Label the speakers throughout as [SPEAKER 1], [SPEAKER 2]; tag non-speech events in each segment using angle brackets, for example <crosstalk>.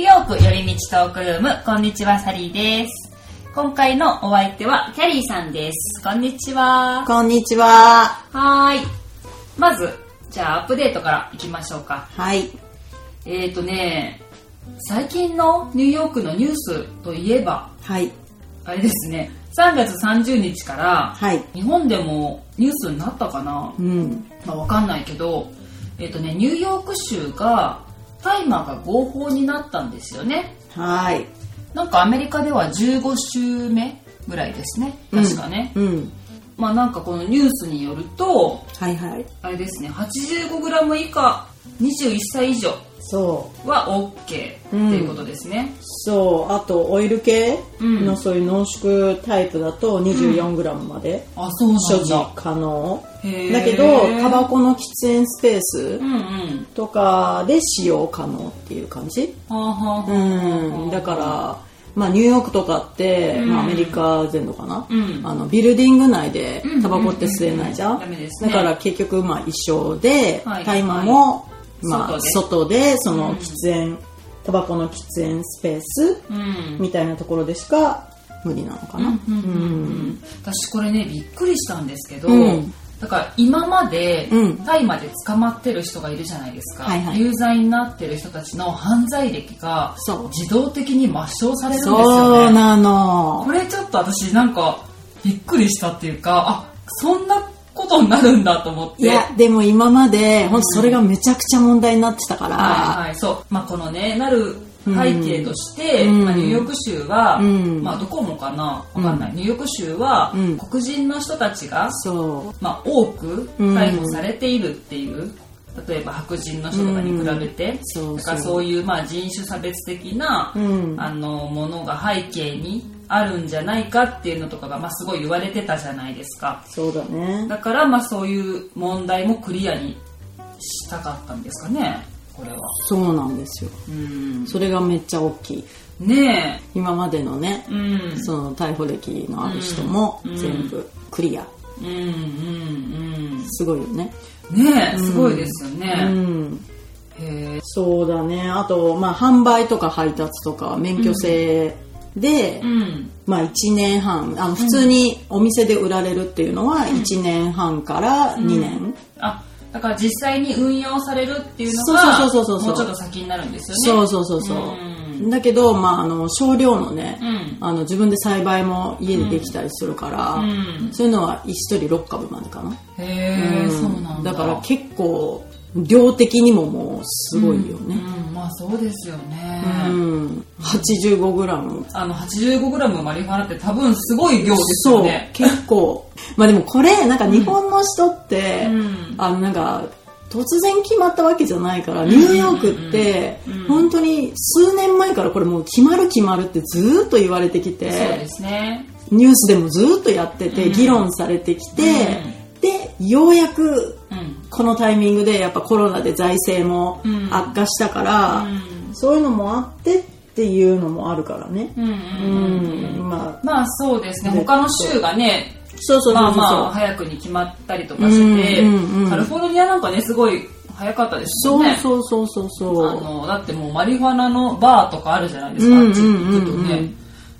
[SPEAKER 1] チトークルームこんにちはサリーです今回のお相手はキャリーさんですこんにちは
[SPEAKER 2] こんにちは。
[SPEAKER 1] はーいまずじゃあアップデートからいきましょうか
[SPEAKER 2] はい。
[SPEAKER 1] えーとね最近のニューヨークのニュースといえば
[SPEAKER 2] はい。
[SPEAKER 1] あれですね3月30日から
[SPEAKER 2] はい。
[SPEAKER 1] 日本でもニュースになったかな
[SPEAKER 2] うん。
[SPEAKER 1] まあ、わかんないけど、えっとね、ニューヨーク州が大麻が合法になったんですよね
[SPEAKER 2] はい。
[SPEAKER 1] なんかアメリカでは15週目ぐらいですね確かね、
[SPEAKER 2] うん。
[SPEAKER 1] まあなんかこのニュースによると
[SPEAKER 2] はいはい。
[SPEAKER 1] あれですね 85g 以下21歳以上
[SPEAKER 2] そう。
[SPEAKER 1] は OK っていうことですね、
[SPEAKER 2] そう。あと、オイル系
[SPEAKER 1] うん
[SPEAKER 2] のそういう濃縮タイプだと 24g まで
[SPEAKER 1] あそうなんだ
[SPEAKER 2] 所持可能。
[SPEAKER 1] へー
[SPEAKER 2] だけど、タバコの喫煙スペース
[SPEAKER 1] うんうん
[SPEAKER 2] とかで使用可能っていう感じ。
[SPEAKER 1] はあはあ
[SPEAKER 2] うん。だから、まあ、ニューヨークとかって、
[SPEAKER 1] うん
[SPEAKER 2] まあ、アメリカ全土かな。
[SPEAKER 1] うん
[SPEAKER 2] あのビルディング内で
[SPEAKER 1] うん
[SPEAKER 2] タバコって吸えないじゃん、
[SPEAKER 1] うんうんダメですね
[SPEAKER 2] だから結局まあ一緒で
[SPEAKER 1] はい
[SPEAKER 2] 大麻も、まあ、
[SPEAKER 1] 外
[SPEAKER 2] 外でその
[SPEAKER 1] うん
[SPEAKER 2] 喫煙、タバコの喫煙スペース
[SPEAKER 1] うん
[SPEAKER 2] みたいなところでしか無理なのかな、
[SPEAKER 1] うんうんうんうん私これねびっくりしたんですけど、
[SPEAKER 2] うん
[SPEAKER 1] だから今まで
[SPEAKER 2] うん
[SPEAKER 1] 大麻で捕まってる人がいるじゃないですか、
[SPEAKER 2] はいはい
[SPEAKER 1] 有罪になってる人たちの犯罪歴が
[SPEAKER 2] そう
[SPEAKER 1] 自動的に抹消されるんです
[SPEAKER 2] そ
[SPEAKER 1] よ
[SPEAKER 2] う
[SPEAKER 1] ね
[SPEAKER 2] なの
[SPEAKER 1] これちょっと私なんかびっくりしたっていうかあそんなことになるんだと思って
[SPEAKER 2] いやでも今まで本当それがめちゃくちゃ問題になってたから、
[SPEAKER 1] はいはい、そう、まあ、このねなる背景として、
[SPEAKER 2] うん
[SPEAKER 1] まあ、ニューヨーク州は、
[SPEAKER 2] うん
[SPEAKER 1] まあ、どこもかなわかんない、ニューヨーク州は、
[SPEAKER 2] うん
[SPEAKER 1] 黒人の人たちが
[SPEAKER 2] そ
[SPEAKER 1] まあ、多く
[SPEAKER 2] うん
[SPEAKER 1] 逮捕されているっていう、例えば白人の人とかに比べて、
[SPEAKER 2] そう
[SPEAKER 1] だから
[SPEAKER 2] そう
[SPEAKER 1] そういう、まあ、人種差別的な、
[SPEAKER 2] ううん
[SPEAKER 1] あのものが背景にあるんじゃないかっていうのとかが、まあ、すごい言われてたじゃないですか
[SPEAKER 2] そうだね
[SPEAKER 1] だから、まあ、そういう問題もクリアにしたかったんですかねこれは
[SPEAKER 2] そうなんですよ
[SPEAKER 1] うん
[SPEAKER 2] それがめっちゃ大きい
[SPEAKER 1] ね
[SPEAKER 2] 今までのね
[SPEAKER 1] えうん
[SPEAKER 2] その逮捕歴のある人も
[SPEAKER 1] うん
[SPEAKER 2] 全部クリア、
[SPEAKER 1] うんうん
[SPEAKER 2] すごいよね、
[SPEAKER 1] うんねえすごいですよね、
[SPEAKER 2] うん、
[SPEAKER 1] へえ
[SPEAKER 2] そうだねあと、まあ、販売とか配達とか免許制で、
[SPEAKER 1] うん
[SPEAKER 2] まあ、1年半あの普通にお店で売られるっていうのは1年半から2年、
[SPEAKER 1] あだから実際に運用されるっていうの
[SPEAKER 2] そうそうそうそ
[SPEAKER 1] がも
[SPEAKER 2] うそう
[SPEAKER 1] うちょっと先になるんですよ
[SPEAKER 2] そ
[SPEAKER 1] ね
[SPEAKER 2] うそうそうそう、
[SPEAKER 1] うん
[SPEAKER 2] だけど、まあ、あの少量のね、
[SPEAKER 1] うん
[SPEAKER 2] あの自分で栽培も家でできたりするから、
[SPEAKER 1] うん
[SPEAKER 2] そういうのは1人6株までかな、
[SPEAKER 1] へえ、
[SPEAKER 2] うん
[SPEAKER 1] そうなんだ
[SPEAKER 2] から結構量的にももうすごいよ
[SPEAKER 1] う
[SPEAKER 2] ね、
[SPEAKER 1] んまあそうですよね、
[SPEAKER 2] うん、85g
[SPEAKER 1] あの 85g マリファナって多分すごい量ですよ
[SPEAKER 2] そう
[SPEAKER 1] ね
[SPEAKER 2] 結構まあでもこれなんか日本の人って、
[SPEAKER 1] うん
[SPEAKER 2] あのなんか突然決まったわけじゃないからニューヨークって
[SPEAKER 1] うんうんうん
[SPEAKER 2] 本当に数年前からこれもう決まる決まるってずーっと言われてき
[SPEAKER 1] そうで
[SPEAKER 2] て
[SPEAKER 1] すね
[SPEAKER 2] ニュースでもずーっとやって
[SPEAKER 1] う
[SPEAKER 2] て
[SPEAKER 1] ん
[SPEAKER 2] 議論されてきてでようやく
[SPEAKER 1] うん
[SPEAKER 2] このタイミングでやっぱコロナで財政も
[SPEAKER 1] うん
[SPEAKER 2] 悪化したから、
[SPEAKER 1] うん
[SPEAKER 2] そういうのもあってっていうのもあるからね。
[SPEAKER 1] うん
[SPEAKER 2] う
[SPEAKER 1] うんうん
[SPEAKER 2] ん、まあ、
[SPEAKER 1] まあそうですね他の州がね
[SPEAKER 2] そうそうそうそう。
[SPEAKER 1] まあまあ早くに決まったりとかして、
[SPEAKER 2] うんうんうん
[SPEAKER 1] カリフォルニアなんかねすごい早かったですよ
[SPEAKER 2] そう
[SPEAKER 1] ね
[SPEAKER 2] そうそうそう
[SPEAKER 1] あ
[SPEAKER 2] そう。
[SPEAKER 1] のだってもうマリファナのバーとかあるじゃないですか、
[SPEAKER 2] うんうん
[SPEAKER 1] ちょっと
[SPEAKER 2] うんう
[SPEAKER 1] ね
[SPEAKER 2] ん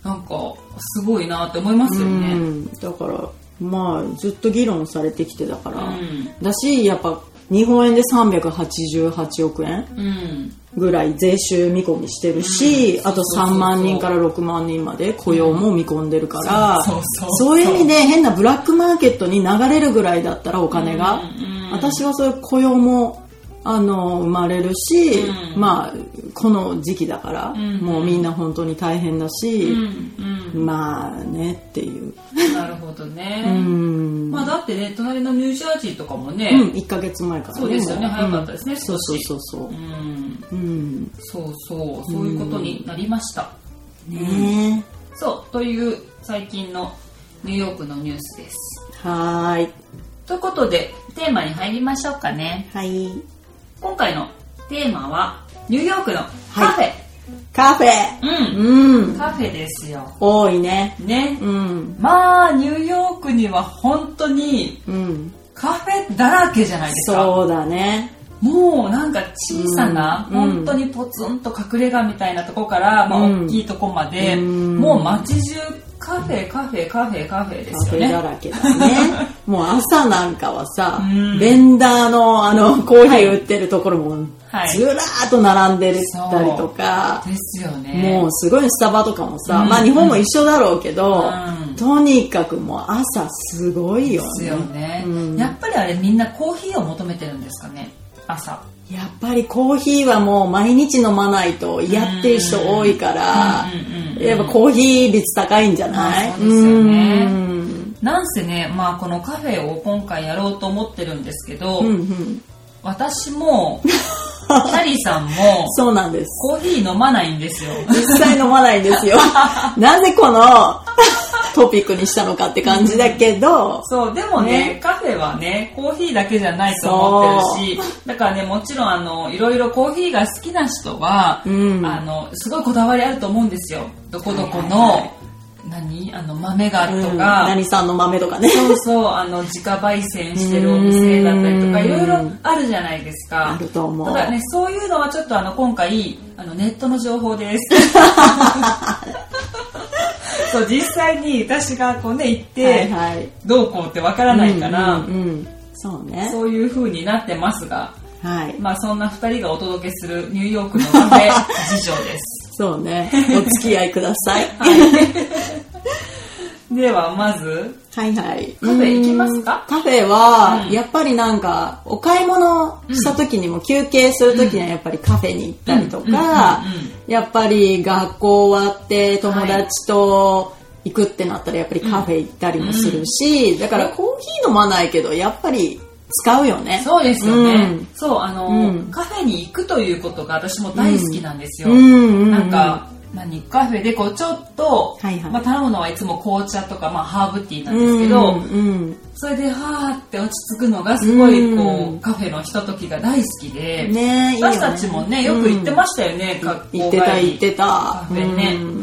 [SPEAKER 1] なんかすごいなって思いますよね、
[SPEAKER 2] うん、だから、まあ、ずっと議論されてきてだから。
[SPEAKER 1] うん
[SPEAKER 2] だし、やっぱ、日本円で388億円
[SPEAKER 1] うん
[SPEAKER 2] ぐらい税収見込みしてるし、あと3万人から6万人まで雇用も見込んでるから、
[SPEAKER 1] そうそうそう
[SPEAKER 2] そういう意味で変なブラックマーケットに流れるぐらいだったらお金が、
[SPEAKER 1] うん
[SPEAKER 2] 私はそういう雇用もあの生まれるし、
[SPEAKER 1] うん
[SPEAKER 2] まあこの時期だから、
[SPEAKER 1] ん
[SPEAKER 2] もうみんな本当に大変だ
[SPEAKER 1] うん
[SPEAKER 2] し、
[SPEAKER 1] う
[SPEAKER 2] まあねっていう、
[SPEAKER 1] んなるほど
[SPEAKER 2] う
[SPEAKER 1] ね、
[SPEAKER 2] ん
[SPEAKER 1] まあだってね隣のニュージャージーとかもね、
[SPEAKER 2] うん、1ヶ月前から、
[SPEAKER 1] そうですよね
[SPEAKER 2] も
[SPEAKER 1] 早かったですね
[SPEAKER 2] うんそうそうそうそう
[SPEAKER 1] う、ん
[SPEAKER 2] うん、
[SPEAKER 1] そうそうそういうことになりました、
[SPEAKER 2] ね
[SPEAKER 1] そうという最近のニューヨークのニュースです
[SPEAKER 2] えはーい
[SPEAKER 1] ということでテーマに入りましょうかね
[SPEAKER 2] はい
[SPEAKER 1] 今回のテーマはニューヨークのカフェ、
[SPEAKER 2] カフェ
[SPEAKER 1] うん、
[SPEAKER 2] うん
[SPEAKER 1] カフェですよ
[SPEAKER 2] 多いね
[SPEAKER 1] ね、
[SPEAKER 2] うん
[SPEAKER 1] まあニューヨークには本当に
[SPEAKER 2] うん
[SPEAKER 1] カフェだらけじゃないですか
[SPEAKER 2] そうだね
[SPEAKER 1] もうなんか小さな、
[SPEAKER 2] うん
[SPEAKER 1] 本当にポツンと隠れ家みたいなとこから、まあ、
[SPEAKER 2] うん
[SPEAKER 1] 大きいとこまで、
[SPEAKER 2] うん
[SPEAKER 1] もう街中カフェカフェカフェカフェで
[SPEAKER 2] カ
[SPEAKER 1] す
[SPEAKER 2] フ
[SPEAKER 1] よ
[SPEAKER 2] ェだ
[SPEAKER 1] ね。
[SPEAKER 2] ら
[SPEAKER 1] <laughs>
[SPEAKER 2] けだね。もう朝なんかはさ
[SPEAKER 1] うん、
[SPEAKER 2] ベンダーのあの、コーヒー売ってるところも、
[SPEAKER 1] はい
[SPEAKER 2] ずらーっと並んでたりとか、
[SPEAKER 1] ですよね。
[SPEAKER 2] もうすごいスタバとかもさ、
[SPEAKER 1] うん
[SPEAKER 2] まあ日本も一緒だろうけど、
[SPEAKER 1] うん
[SPEAKER 2] とにかくもう朝すごいよ
[SPEAKER 1] です
[SPEAKER 2] ね。
[SPEAKER 1] よね、
[SPEAKER 2] うん
[SPEAKER 1] やっぱりあれみんなコーヒーを求めてるんですかね朝
[SPEAKER 2] やっぱりコーヒーはもう毎日飲まないと嫌っていう人多いから
[SPEAKER 1] うんうんうん、うん
[SPEAKER 2] やっぱコーヒー率高いんじゃない
[SPEAKER 1] まあそうですよね
[SPEAKER 2] うん
[SPEAKER 1] なんせね、まあ、このカフェを今回やろうと思ってるんですけど、
[SPEAKER 2] うんうん
[SPEAKER 1] 私
[SPEAKER 2] <laughs>
[SPEAKER 1] もキャリーさんも
[SPEAKER 2] そうなんです。
[SPEAKER 1] コーヒー飲まないんですよ
[SPEAKER 2] 実際飲まないんです
[SPEAKER 1] <laughs>
[SPEAKER 2] よ。なぜこのトピックにしたのかって感じだけど、
[SPEAKER 1] そうでもね
[SPEAKER 2] ね
[SPEAKER 1] カフェはねコーヒーだけじゃないと思ってるしだからねもちろんあのいろいろコーヒーが好きな人は、
[SPEAKER 2] うん
[SPEAKER 1] あのすごいこだわりあると思うんですよどこどこの、
[SPEAKER 2] はいはいはい
[SPEAKER 1] 何あの豆が
[SPEAKER 2] うん
[SPEAKER 1] とか、
[SPEAKER 2] 何さんの豆とかね。
[SPEAKER 1] そうそう、あの、自家焙煎してるお店だったりとか、
[SPEAKER 2] うん
[SPEAKER 1] いろいろあるじゃないですか。
[SPEAKER 2] あると思う
[SPEAKER 1] ただね、そういうのはちょっとあの、今回、あの、ネットの情報
[SPEAKER 2] <laughs>
[SPEAKER 1] です。そう、実際に私がこうね、行って、
[SPEAKER 2] はいはい。
[SPEAKER 1] どうこうってわからないから、
[SPEAKER 2] うんうんうんそうね。
[SPEAKER 1] そういう風になってますが、
[SPEAKER 2] はい。
[SPEAKER 1] まあそんな二人がお届けするニューヨークのカフ
[SPEAKER 2] <laughs>
[SPEAKER 1] ェ事情です。
[SPEAKER 2] そうね。お付き合いください。
[SPEAKER 1] <laughs> では、まず、
[SPEAKER 2] はいはい。
[SPEAKER 1] カフェ行きますか
[SPEAKER 2] うんカフェは、
[SPEAKER 1] うん
[SPEAKER 2] やっぱりなんか、お買い物した時にも、休憩する時にはやっぱりカフェに行ったりとか
[SPEAKER 1] うんうんうんうん、
[SPEAKER 2] やっぱり学校終わって友達と行くってなったらやっぱりカフェ行ったりもするし、だからコーヒー飲まないけど、やっぱり使うよね。
[SPEAKER 1] そうですよね。
[SPEAKER 2] うん
[SPEAKER 1] そう、あの、
[SPEAKER 2] うん
[SPEAKER 1] カフェに行くということが私も大好きなんですよ。
[SPEAKER 2] うんうんうん
[SPEAKER 1] なんか、何カフェでこうちょっと、
[SPEAKER 2] はいはい
[SPEAKER 1] まあ、頼むのはいつも紅茶とか、まあ、ハーブティーなんですけど、
[SPEAKER 2] うんうん
[SPEAKER 1] それではーって落ち着くのがすごいこう、
[SPEAKER 2] うん
[SPEAKER 1] カフェのひとときが大好きで、
[SPEAKER 2] ねいいよね
[SPEAKER 1] 私たちもねよく行ってましたよね、学
[SPEAKER 2] 行
[SPEAKER 1] 校
[SPEAKER 2] っ
[SPEAKER 1] 帰
[SPEAKER 2] て
[SPEAKER 1] り
[SPEAKER 2] た行ってた。
[SPEAKER 1] カフェね、
[SPEAKER 2] うん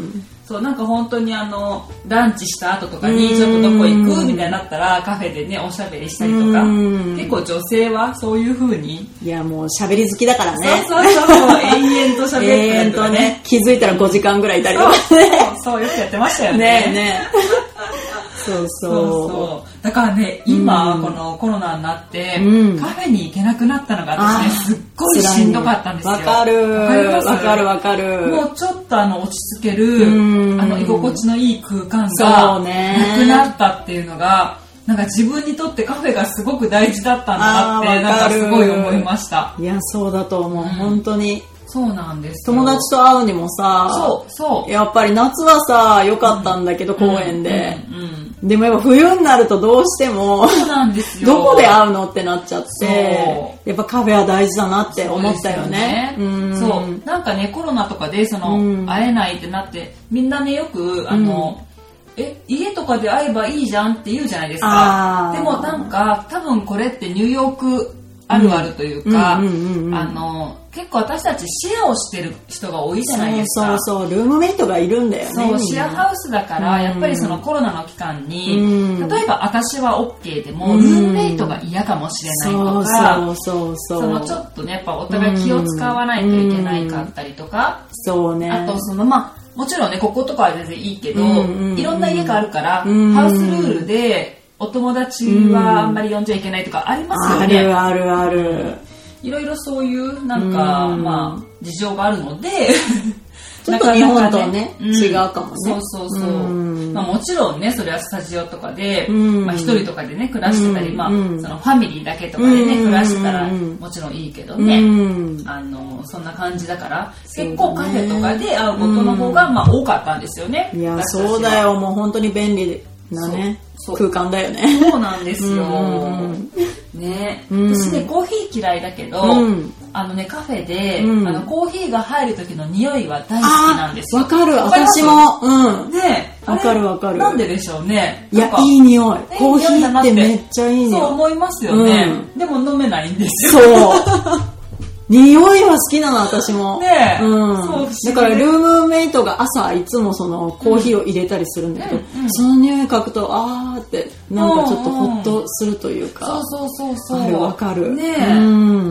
[SPEAKER 1] そうなんか本当にあのランチした後とかにちょっとどこ行
[SPEAKER 2] う
[SPEAKER 1] く
[SPEAKER 2] ん
[SPEAKER 1] みたいになったらカフェでねおしゃべりしたりとか
[SPEAKER 2] うん
[SPEAKER 1] 結構女性はそういう風に
[SPEAKER 2] いや、もう喋り好きだからね。
[SPEAKER 1] そうそうそう延々と喋ってた
[SPEAKER 2] え
[SPEAKER 1] り
[SPEAKER 2] ー
[SPEAKER 1] と
[SPEAKER 2] と
[SPEAKER 1] かね
[SPEAKER 2] <laughs> ね、気づいたら5時間ぐらいいたりと
[SPEAKER 1] そう
[SPEAKER 2] か
[SPEAKER 1] そうそうよくやってましたよね
[SPEAKER 2] <laughs> ねえねえ。
[SPEAKER 1] そ
[SPEAKER 2] そうそ。
[SPEAKER 1] ううそうだからね今このコロナになって
[SPEAKER 2] うん
[SPEAKER 1] カフェに行けなくなったのが
[SPEAKER 2] あー
[SPEAKER 1] 私ねすっごいしんどかったんですよ
[SPEAKER 2] わかる。
[SPEAKER 1] わか
[SPEAKER 2] わか
[SPEAKER 1] り
[SPEAKER 2] る
[SPEAKER 1] ます
[SPEAKER 2] わかる。
[SPEAKER 1] もうちょっとあの落ち着ける、
[SPEAKER 2] うん
[SPEAKER 1] あの居心地のいい空間
[SPEAKER 2] そ
[SPEAKER 1] が
[SPEAKER 2] うね
[SPEAKER 1] なくなったっていうのが、なんか自分にとってカフェがすごく大事だったんだなって、
[SPEAKER 2] あー
[SPEAKER 1] なんか
[SPEAKER 2] わかる
[SPEAKER 1] すごい思いました。
[SPEAKER 2] いや、そうだと思う。本当に。
[SPEAKER 1] そうなんですよ。
[SPEAKER 2] 友達と会うにもさ、
[SPEAKER 1] そう、そう。
[SPEAKER 2] やっぱり夏はさ、良かったんだけど、公園で。
[SPEAKER 1] うんうん
[SPEAKER 2] でもやっぱ冬になるとどうしても、
[SPEAKER 1] そうなんですよ。
[SPEAKER 2] どこで会うのってなっちゃっ
[SPEAKER 1] そ
[SPEAKER 2] て、やっぱカフェは大事だなって思ったよね。
[SPEAKER 1] そうですよね
[SPEAKER 2] ん
[SPEAKER 1] そう。なんかね、コロナとかで、その、
[SPEAKER 2] うん
[SPEAKER 1] 会えないってなって、みんなね、よく、あの、え、家とかで会えばいいじゃんって言うじゃないですか
[SPEAKER 2] あ。ー
[SPEAKER 1] でもなんか、多分これってニューヨークあるあるというか、あ
[SPEAKER 2] うんうんうんうん
[SPEAKER 1] の、結構私たちシェアをしてる人が多いじゃないですか。
[SPEAKER 2] そうそうそうルームメイトがいるんだよね
[SPEAKER 1] そう
[SPEAKER 2] みん
[SPEAKER 1] シェ
[SPEAKER 2] な
[SPEAKER 1] アハウスだから、
[SPEAKER 2] うん
[SPEAKER 1] やっぱりそのコロナの期間に、
[SPEAKER 2] うん
[SPEAKER 1] 例えば私は OK でも、
[SPEAKER 2] うん
[SPEAKER 1] ルームメイトが嫌かもしれないとか、
[SPEAKER 2] そうそうそうそう
[SPEAKER 1] そのちょっとねやっぱお互い気を使わないといけないかったりとか、
[SPEAKER 2] そうね
[SPEAKER 1] あとそのまあもちろんねこことかは全然いいけど、
[SPEAKER 2] うんうんうん
[SPEAKER 1] いろんな家があるから、
[SPEAKER 2] うん
[SPEAKER 1] ハウスルールでお友達はあんまり呼んじゃいけないとかありますよ
[SPEAKER 2] あ
[SPEAKER 1] ね。
[SPEAKER 2] るあるある
[SPEAKER 1] いろいろそういうなんか、
[SPEAKER 2] うん
[SPEAKER 1] まあ事情があるので
[SPEAKER 2] <laughs> ちょっと日本とはね
[SPEAKER 1] なかなか
[SPEAKER 2] 違うかもね
[SPEAKER 1] そうそうそう、
[SPEAKER 2] うん
[SPEAKER 1] まあ、もちろんねそれはスタジオとかで、
[SPEAKER 2] うん
[SPEAKER 1] まあ、一人とかでね暮らしてたり、
[SPEAKER 2] うん
[SPEAKER 1] まあ、そ
[SPEAKER 2] うん
[SPEAKER 1] のファミリーだけとかでね
[SPEAKER 2] うん
[SPEAKER 1] 暮らしてたら
[SPEAKER 2] うん
[SPEAKER 1] もちろんいいけどね、
[SPEAKER 2] うん
[SPEAKER 1] あのそんな感じだから
[SPEAKER 2] うだね
[SPEAKER 1] 結構カフェとかで会うことの方が、まあ、多かったんですよね
[SPEAKER 2] いや
[SPEAKER 1] 私たちは
[SPEAKER 2] そうだよもう本当に便利なね
[SPEAKER 1] そうそ
[SPEAKER 2] 空間だよね
[SPEAKER 1] そうなんですよ。
[SPEAKER 2] うん
[SPEAKER 1] ね、
[SPEAKER 2] うん
[SPEAKER 1] 私ねコーヒー嫌いだけど、
[SPEAKER 2] うん
[SPEAKER 1] あのねカフェで、
[SPEAKER 2] うん
[SPEAKER 1] あのコーヒーが入る時の匂いは大好きなん
[SPEAKER 2] あ
[SPEAKER 1] です
[SPEAKER 2] ー
[SPEAKER 1] よ。
[SPEAKER 2] わかる
[SPEAKER 1] わります
[SPEAKER 2] 私。もうん
[SPEAKER 1] ね、あれ
[SPEAKER 2] わかるわかる
[SPEAKER 1] なんででしょうね。
[SPEAKER 2] い
[SPEAKER 1] な
[SPEAKER 2] や
[SPEAKER 1] んか
[SPEAKER 2] いい匂い
[SPEAKER 1] ね
[SPEAKER 2] コーヒ
[SPEAKER 1] いい匂いだ
[SPEAKER 2] ー
[SPEAKER 1] な
[SPEAKER 2] ってめっちゃい
[SPEAKER 1] そ
[SPEAKER 2] い
[SPEAKER 1] う
[SPEAKER 2] 匂い
[SPEAKER 1] 思いますよね。
[SPEAKER 2] う
[SPEAKER 1] でも飲めないんですよ。
[SPEAKER 2] そう <laughs> 匂いは好きなの、私も。
[SPEAKER 1] ねえ
[SPEAKER 2] うん
[SPEAKER 1] そう不思。議
[SPEAKER 2] だから、ルームメイトが朝、いつもその、コーヒーを入れたりするんだけど、
[SPEAKER 1] うんうん
[SPEAKER 2] その匂い嗅ぐと、あーって、なんかちょっとほっとするというか。
[SPEAKER 1] そうそうそうそう。
[SPEAKER 2] あれわかる。
[SPEAKER 1] ねえ、
[SPEAKER 2] う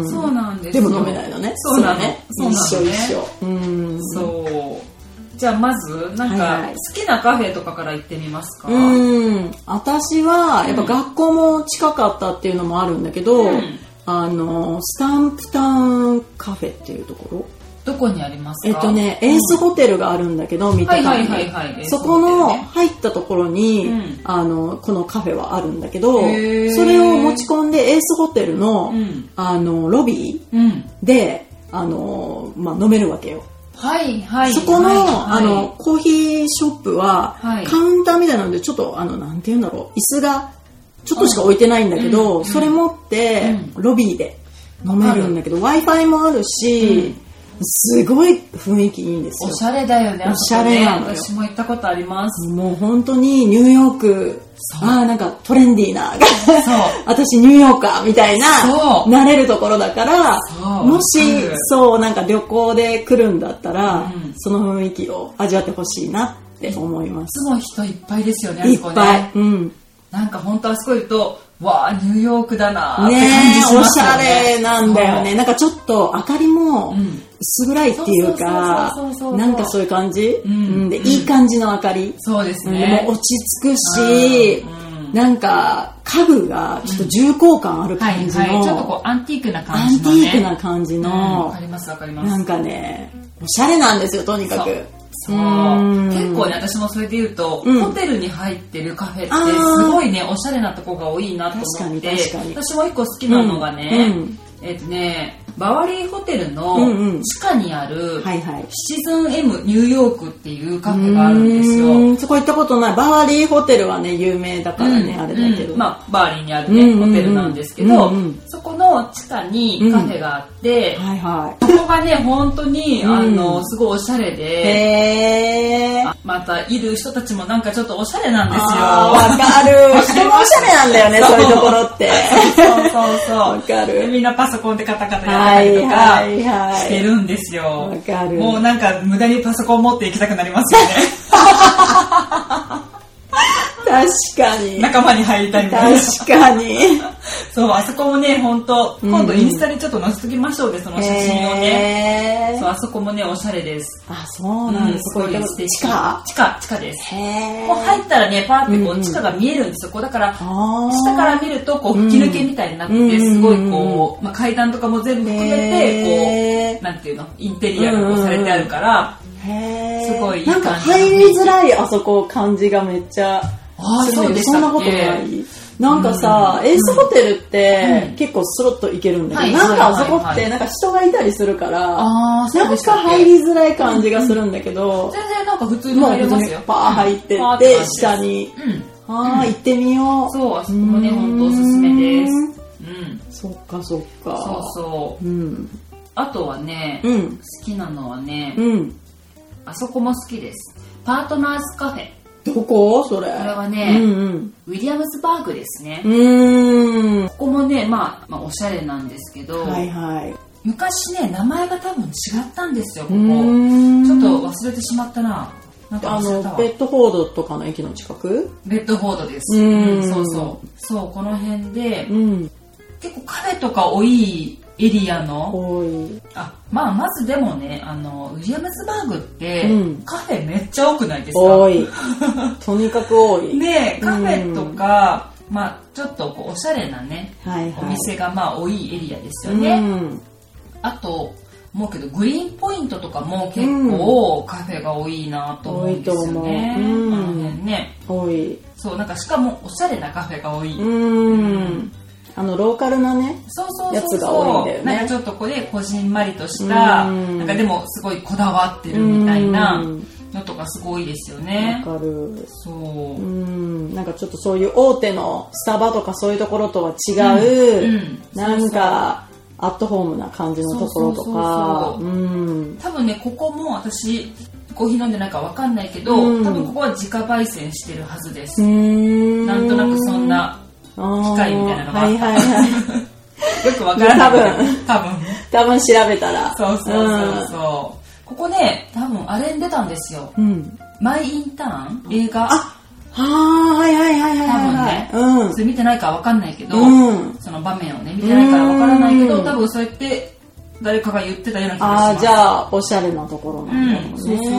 [SPEAKER 2] ん
[SPEAKER 1] そうなんです
[SPEAKER 2] で
[SPEAKER 1] よ
[SPEAKER 2] も飲めないのね。
[SPEAKER 1] そうなのそうなのね
[SPEAKER 2] 一緒一緒。うん。
[SPEAKER 1] そう。じゃあまず、なん
[SPEAKER 2] はい
[SPEAKER 1] か
[SPEAKER 2] はい
[SPEAKER 1] 好きなカフェとかから行ってみますか。
[SPEAKER 2] うん。私は、やっぱ学校も近かったっていうのもあるんだけど、
[SPEAKER 1] うん
[SPEAKER 2] あの、スタンプタウンカフェっていうところ。
[SPEAKER 1] どこにあります
[SPEAKER 2] えっ
[SPEAKER 1] か
[SPEAKER 2] とね、エースホテルがあるんだけど、見て
[SPEAKER 1] はいはいはいはい
[SPEAKER 2] そこの
[SPEAKER 1] エースホテルね
[SPEAKER 2] 入ったところに、
[SPEAKER 1] うん
[SPEAKER 2] あの、このカフェはあるんだけど、そ
[SPEAKER 1] へー
[SPEAKER 2] れを持ち込んでエースホテルの、
[SPEAKER 1] うん。
[SPEAKER 2] あの、ロビー
[SPEAKER 1] うん。
[SPEAKER 2] で、あの、まあ、飲めるわけよ。
[SPEAKER 1] はいはい。
[SPEAKER 2] そこの、
[SPEAKER 1] はい
[SPEAKER 2] あの、、コーヒーショップは、
[SPEAKER 1] はい
[SPEAKER 2] カウンターみたいなので、ちょっと、あの、なんて言うんだろう、椅子が、ちょっとしか置いてないんだけ
[SPEAKER 1] うん
[SPEAKER 2] ど、
[SPEAKER 1] うん
[SPEAKER 2] それ持って、ロビーで飲めるんだけど、Wi-Fi もあるし、すごい雰囲気いいんですよ
[SPEAKER 1] お。しゃれだよね。
[SPEAKER 2] おしゃれなのよ
[SPEAKER 1] あそこね私も行ったことあります。
[SPEAKER 2] もう本当にニューヨーク、ああ、なんかトレンディーな、
[SPEAKER 1] そう。
[SPEAKER 2] 私ニューヨーカーみたいな、
[SPEAKER 1] そう
[SPEAKER 2] 慣れるところだから
[SPEAKER 1] そう、
[SPEAKER 2] も
[SPEAKER 1] わ
[SPEAKER 2] し
[SPEAKER 1] かる、
[SPEAKER 2] そう、なんか旅行で来るんだったら、
[SPEAKER 1] うん
[SPEAKER 2] その雰囲気を味わってほしいなって思いま
[SPEAKER 1] い
[SPEAKER 2] す。
[SPEAKER 1] つも人いっぱいですよね、あ
[SPEAKER 2] いっ
[SPEAKER 1] そこね。
[SPEAKER 2] ぱい。うん。
[SPEAKER 1] なんか本当あそこいると、わあニューヨークだなーって
[SPEAKER 2] ね
[SPEAKER 1] 感じし
[SPEAKER 2] え、お
[SPEAKER 1] ます
[SPEAKER 2] し
[SPEAKER 1] よ
[SPEAKER 2] ゃ
[SPEAKER 1] ね。
[SPEAKER 2] れなんだよね。なんかちょっと明かりも
[SPEAKER 1] うん
[SPEAKER 2] 薄暗いっていうか
[SPEAKER 1] そうそうそうそうそう、そう
[SPEAKER 2] なんかそういう感じ、
[SPEAKER 1] うん
[SPEAKER 2] うんで
[SPEAKER 1] うん
[SPEAKER 2] いい感じの明かり。
[SPEAKER 1] そうです
[SPEAKER 2] うんで
[SPEAKER 1] ね
[SPEAKER 2] も。落ち着くし、
[SPEAKER 1] うん
[SPEAKER 2] なんか家具がちょっと重厚感ある
[SPEAKER 1] はい
[SPEAKER 2] 感じの、
[SPEAKER 1] はい。ちょっとこうアンティークな
[SPEAKER 2] ア
[SPEAKER 1] 感じ
[SPEAKER 2] ンテ
[SPEAKER 1] の、
[SPEAKER 2] ィ
[SPEAKER 1] ね。
[SPEAKER 2] ークな感じ
[SPEAKER 1] うんわ
[SPEAKER 2] の
[SPEAKER 1] か、りますわかります。
[SPEAKER 2] なんかね、おしゃれなんですよ、とにかく。
[SPEAKER 1] そう
[SPEAKER 2] うん
[SPEAKER 1] 結構ね私もそれで言うと、
[SPEAKER 2] うん
[SPEAKER 1] ホテルに入ってるカフェって
[SPEAKER 2] あー
[SPEAKER 1] すごいねおしゃれなとこが多いなと思って
[SPEAKER 2] 確かに確かに
[SPEAKER 1] 私も一個好きなのがね、
[SPEAKER 2] うんうん
[SPEAKER 1] えっ、とねバワリーホテル
[SPEAKER 2] うんう
[SPEAKER 1] の
[SPEAKER 2] ん
[SPEAKER 1] 地下にある、
[SPEAKER 2] はいはい。
[SPEAKER 1] シチズン M ニューヨークっていうカフェがあるんですよ。
[SPEAKER 2] うーんそこ行ったことない。バーリーホテルはね、有名だからね、
[SPEAKER 1] うん
[SPEAKER 2] あれだけど。
[SPEAKER 1] うんまあ、バーリーにある、ね
[SPEAKER 2] うんうんうん
[SPEAKER 1] ホテルなんですけど、
[SPEAKER 2] うんうん
[SPEAKER 1] そこの地下にカフェがあって、
[SPEAKER 2] はいは
[SPEAKER 1] そこがね本当に、
[SPEAKER 2] うん
[SPEAKER 1] あのすごいおしゃれ
[SPEAKER 2] い。
[SPEAKER 1] で、
[SPEAKER 2] へー。
[SPEAKER 1] またいる人たちもなんかちょっとおしゃれなんですよ。
[SPEAKER 2] あーわかる。人もおしゃれなんだよね、
[SPEAKER 1] そう
[SPEAKER 2] そういうところって。
[SPEAKER 1] そうそうそう。
[SPEAKER 2] わかる
[SPEAKER 1] でみんなパソコンでカタカタやっ
[SPEAKER 2] はい
[SPEAKER 1] てた
[SPEAKER 2] は
[SPEAKER 1] り
[SPEAKER 2] い
[SPEAKER 1] とかして
[SPEAKER 2] は
[SPEAKER 1] るんですよ。
[SPEAKER 2] わかる
[SPEAKER 1] もうなんか無駄にパソコン持って行きたくなりますよ
[SPEAKER 2] <laughs> い。確か
[SPEAKER 1] ね。
[SPEAKER 2] に。
[SPEAKER 1] 仲間に入りたいみたいな。
[SPEAKER 2] 確かに。
[SPEAKER 1] そう、あそこもね、ほんと、
[SPEAKER 2] うん
[SPEAKER 1] 今度インスタにちょっと載せときましょうで、その写真をね。
[SPEAKER 2] へ
[SPEAKER 1] そう、
[SPEAKER 2] ー。
[SPEAKER 1] あそこもね、おしゃれです。
[SPEAKER 2] あ、そうなん
[SPEAKER 1] うん
[SPEAKER 2] です。こういったこと
[SPEAKER 1] 素敵
[SPEAKER 2] 地下
[SPEAKER 1] 地下、地下です。
[SPEAKER 2] へー。
[SPEAKER 1] こう入ったらね、パーってこ
[SPEAKER 2] うんう
[SPEAKER 1] うん地下が見えるんですよ。こうだから、
[SPEAKER 2] あー
[SPEAKER 1] 下から見るとこう吹き抜けみたいになって、
[SPEAKER 2] うん
[SPEAKER 1] すごいこう、まあ、階段とかも全部含め
[SPEAKER 2] へ
[SPEAKER 1] てこ
[SPEAKER 2] ー
[SPEAKER 1] うなんていうのインテリアがこうされてあるから、
[SPEAKER 2] へー
[SPEAKER 1] すごいいい
[SPEAKER 2] なんか
[SPEAKER 1] 感じ
[SPEAKER 2] 入りづらいあそこ感じがめっちゃ
[SPEAKER 1] あー
[SPEAKER 2] する
[SPEAKER 1] そ
[SPEAKER 2] んだけどそ
[SPEAKER 1] うんでしたっ
[SPEAKER 2] な
[SPEAKER 1] け
[SPEAKER 2] ことないなんかさ、エースホテルって、
[SPEAKER 1] うん
[SPEAKER 2] 結構スロット行けるんだけど、
[SPEAKER 1] はい
[SPEAKER 2] なんかあそこ
[SPEAKER 1] は
[SPEAKER 2] っ
[SPEAKER 1] いはいはい
[SPEAKER 2] てなんか人がいたりするから、
[SPEAKER 1] あーそう
[SPEAKER 2] な
[SPEAKER 1] で
[SPEAKER 2] ん
[SPEAKER 1] したっ
[SPEAKER 2] か
[SPEAKER 1] け
[SPEAKER 2] 入りづらい感じがするんだけど、
[SPEAKER 1] 全然なんか普通に
[SPEAKER 2] もう
[SPEAKER 1] 入れ
[SPEAKER 2] 本当
[SPEAKER 1] ま
[SPEAKER 2] に
[SPEAKER 1] すよ
[SPEAKER 2] パー入って
[SPEAKER 1] パー
[SPEAKER 2] っ
[SPEAKER 1] って感じで
[SPEAKER 2] て、
[SPEAKER 1] す
[SPEAKER 2] 下に、
[SPEAKER 1] うん
[SPEAKER 2] あー行ってみよう。
[SPEAKER 1] そうあそこもね本当おすすめですうん
[SPEAKER 2] そっかそっか。
[SPEAKER 1] そうそう
[SPEAKER 2] うん。
[SPEAKER 1] あとはね、
[SPEAKER 2] う
[SPEAKER 1] 好
[SPEAKER 2] ん。
[SPEAKER 1] きなのはね、
[SPEAKER 2] うん。
[SPEAKER 1] あそこも好きですパートナーズカフェ
[SPEAKER 2] どこそれ。こ
[SPEAKER 1] これはね
[SPEAKER 2] うんうん。
[SPEAKER 1] ウィリアムズバーグですね、
[SPEAKER 2] うーん。
[SPEAKER 1] ここもね、まあ、まあおしゃれなんですけど、
[SPEAKER 2] はいはい。
[SPEAKER 1] 昔ね名前が多分違ったんですよここ
[SPEAKER 2] うーん
[SPEAKER 1] ちょっと忘れてしまったななんか
[SPEAKER 2] あ
[SPEAKER 1] 忘れた
[SPEAKER 2] の
[SPEAKER 1] わ
[SPEAKER 2] ペットフォードとかの駅の近く
[SPEAKER 1] レッドフォードです
[SPEAKER 2] うん
[SPEAKER 1] そうそうそうこの辺で
[SPEAKER 2] うん
[SPEAKER 1] 結構カフェとか多いエリアの
[SPEAKER 2] 多い
[SPEAKER 1] あまあまずでもねあのウィリアムズバーグって、
[SPEAKER 2] うん
[SPEAKER 1] カフェめっちゃ多くないです
[SPEAKER 2] 多
[SPEAKER 1] か <laughs>
[SPEAKER 2] いとにかく多い、
[SPEAKER 1] ねカフェとか、まあちょっとこうおしゃれなね
[SPEAKER 2] はい
[SPEAKER 1] お
[SPEAKER 2] はい
[SPEAKER 1] 店がまあ多いエリアですよね、
[SPEAKER 2] うん
[SPEAKER 1] あと思うけどグリーンポイントとかも結構カフェが多いなと思うんですよね、
[SPEAKER 2] 多いと思ううん
[SPEAKER 1] あの辺ね
[SPEAKER 2] 多い
[SPEAKER 1] そうなんかしかもおしゃれなカフェが多い、
[SPEAKER 2] うんあのローカルなね
[SPEAKER 1] そうそう
[SPEAKER 2] や
[SPEAKER 1] そう
[SPEAKER 2] つが
[SPEAKER 1] そ
[SPEAKER 2] 多いん
[SPEAKER 1] う
[SPEAKER 2] だよね
[SPEAKER 1] なんかちょっとこれこじんまりとした、
[SPEAKER 2] うん
[SPEAKER 1] なんかでもすごいこだわってるみたいな
[SPEAKER 2] うん
[SPEAKER 1] のとかすごいですよ
[SPEAKER 2] わ
[SPEAKER 1] ね
[SPEAKER 2] かる
[SPEAKER 1] そううん
[SPEAKER 2] なんかちょっとそういう大手のスタバとかそういうところとは違う、
[SPEAKER 1] うんうん
[SPEAKER 2] なんかアットホームな感じのところとか
[SPEAKER 1] そうそうそうそ
[SPEAKER 2] うん
[SPEAKER 1] 多分ねここも私コーヒー飲んでないかわかんないけど、
[SPEAKER 2] うん
[SPEAKER 1] 多分ここは自家焙煎してるはずです、
[SPEAKER 2] うん
[SPEAKER 1] なんとなくそんな
[SPEAKER 2] 機
[SPEAKER 1] 械みたいなのがあった <laughs>
[SPEAKER 2] はいはいはい
[SPEAKER 1] よくわからないけど多分
[SPEAKER 2] 多分調べたら。
[SPEAKER 1] そうそうそうそう、ここね多分あれに出たんですよ
[SPEAKER 2] うん。うん。
[SPEAKER 1] マイインターン映画
[SPEAKER 2] あはあ、はいはいはいはいはい。はい
[SPEAKER 1] それ見てないから分かんないけど、
[SPEAKER 2] うん。うん。
[SPEAKER 1] その場面をね見てないから分からないけ
[SPEAKER 2] う
[SPEAKER 1] ど
[SPEAKER 2] ん
[SPEAKER 1] 多分そうやって誰かが言ってたような気がします
[SPEAKER 2] ああ、じゃあ、おしゃれなところ
[SPEAKER 1] う
[SPEAKER 2] なんだろ
[SPEAKER 1] ん、
[SPEAKER 2] う
[SPEAKER 1] そう
[SPEAKER 2] ね。
[SPEAKER 1] そうそ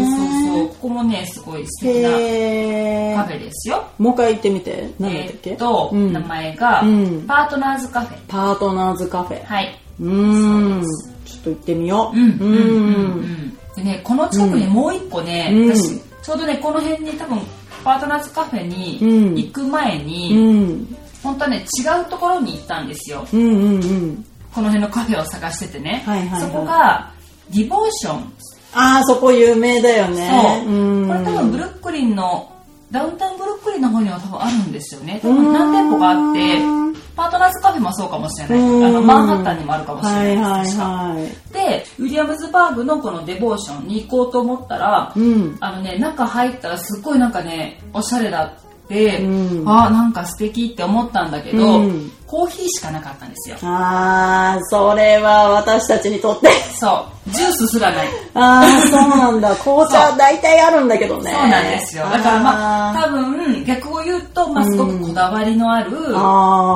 [SPEAKER 1] うそうここもねすごい素敵な
[SPEAKER 2] へえ
[SPEAKER 1] カ。フェですよ
[SPEAKER 2] もう一回言ってみて。何だっ
[SPEAKER 1] え
[SPEAKER 2] け、
[SPEAKER 1] ーっと、
[SPEAKER 2] うん
[SPEAKER 1] 名前が、
[SPEAKER 2] うん
[SPEAKER 1] パートナーズカフェ
[SPEAKER 2] パートナーズカフェ。
[SPEAKER 1] はい、
[SPEAKER 2] うーん。ちょっと行ってみよう。
[SPEAKER 1] うんうんうん
[SPEAKER 2] う。
[SPEAKER 1] うんん、でねこの近くにもう一個ね、
[SPEAKER 2] うん
[SPEAKER 1] 私ちょうどねこの辺に多分パートナーズカフェに
[SPEAKER 2] うん
[SPEAKER 1] 行く前
[SPEAKER 2] う
[SPEAKER 1] に、
[SPEAKER 2] ん。
[SPEAKER 1] 本当はね違うところに行ったんですよ
[SPEAKER 2] うんうんうん。
[SPEAKER 1] この辺のカフェを探しててね、
[SPEAKER 2] はいはいはい
[SPEAKER 1] そこがディボーション
[SPEAKER 2] ああ、そこ有名だよね。
[SPEAKER 1] そう、
[SPEAKER 2] うん
[SPEAKER 1] これ多分ブルックリンのダウンタウンブルックリンの方には多分あるんですよね多分何店舗かあって
[SPEAKER 2] うん
[SPEAKER 1] パートナーズカフェもそうかもしれないあ
[SPEAKER 2] うん
[SPEAKER 1] のマンハッタンにもあるかもしれな
[SPEAKER 2] はいい
[SPEAKER 1] です、
[SPEAKER 2] はい
[SPEAKER 1] 確か
[SPEAKER 2] は
[SPEAKER 1] でウィリアムズバーグのこのデボーションに行こうと思ったら、
[SPEAKER 2] い。うん。
[SPEAKER 1] あのね中入ったらすっごいなんかねおしゃれだって、
[SPEAKER 2] うん
[SPEAKER 1] あなんか素敵って思ったんだけど、
[SPEAKER 2] うん
[SPEAKER 1] コーヒーしかなかったんですよ
[SPEAKER 2] ああ、それは私たちにとって。
[SPEAKER 1] そうジュースすらない
[SPEAKER 2] ああ、そうな
[SPEAKER 1] <laughs>
[SPEAKER 2] んだ。紅茶大体あるんだけどね。
[SPEAKER 1] そうなんですよ。だからまあ、
[SPEAKER 2] あ
[SPEAKER 1] 多分、逆を言うと、まあ、すごくこだわりのある、
[SPEAKER 2] ー、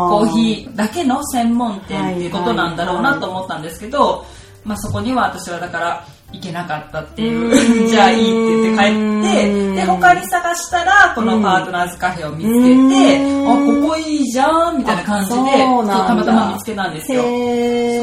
[SPEAKER 1] コ
[SPEAKER 2] コ
[SPEAKER 1] ーヒーだけの専門店っていうことなんだろうなと思ったんですけど、まあ、そこには私はだから、行けなかったっていうう、
[SPEAKER 2] ん
[SPEAKER 1] じゃあいいって言って帰って、で、他に探したら、このパートナーズカフェを見つけて、
[SPEAKER 2] う
[SPEAKER 1] あ、
[SPEAKER 2] ん
[SPEAKER 1] ここいいじゃん、みたいな感じで、
[SPEAKER 2] あ
[SPEAKER 1] そ
[SPEAKER 2] そううなんだ
[SPEAKER 1] たまたま見つけたんですよ。そう
[SPEAKER 2] へ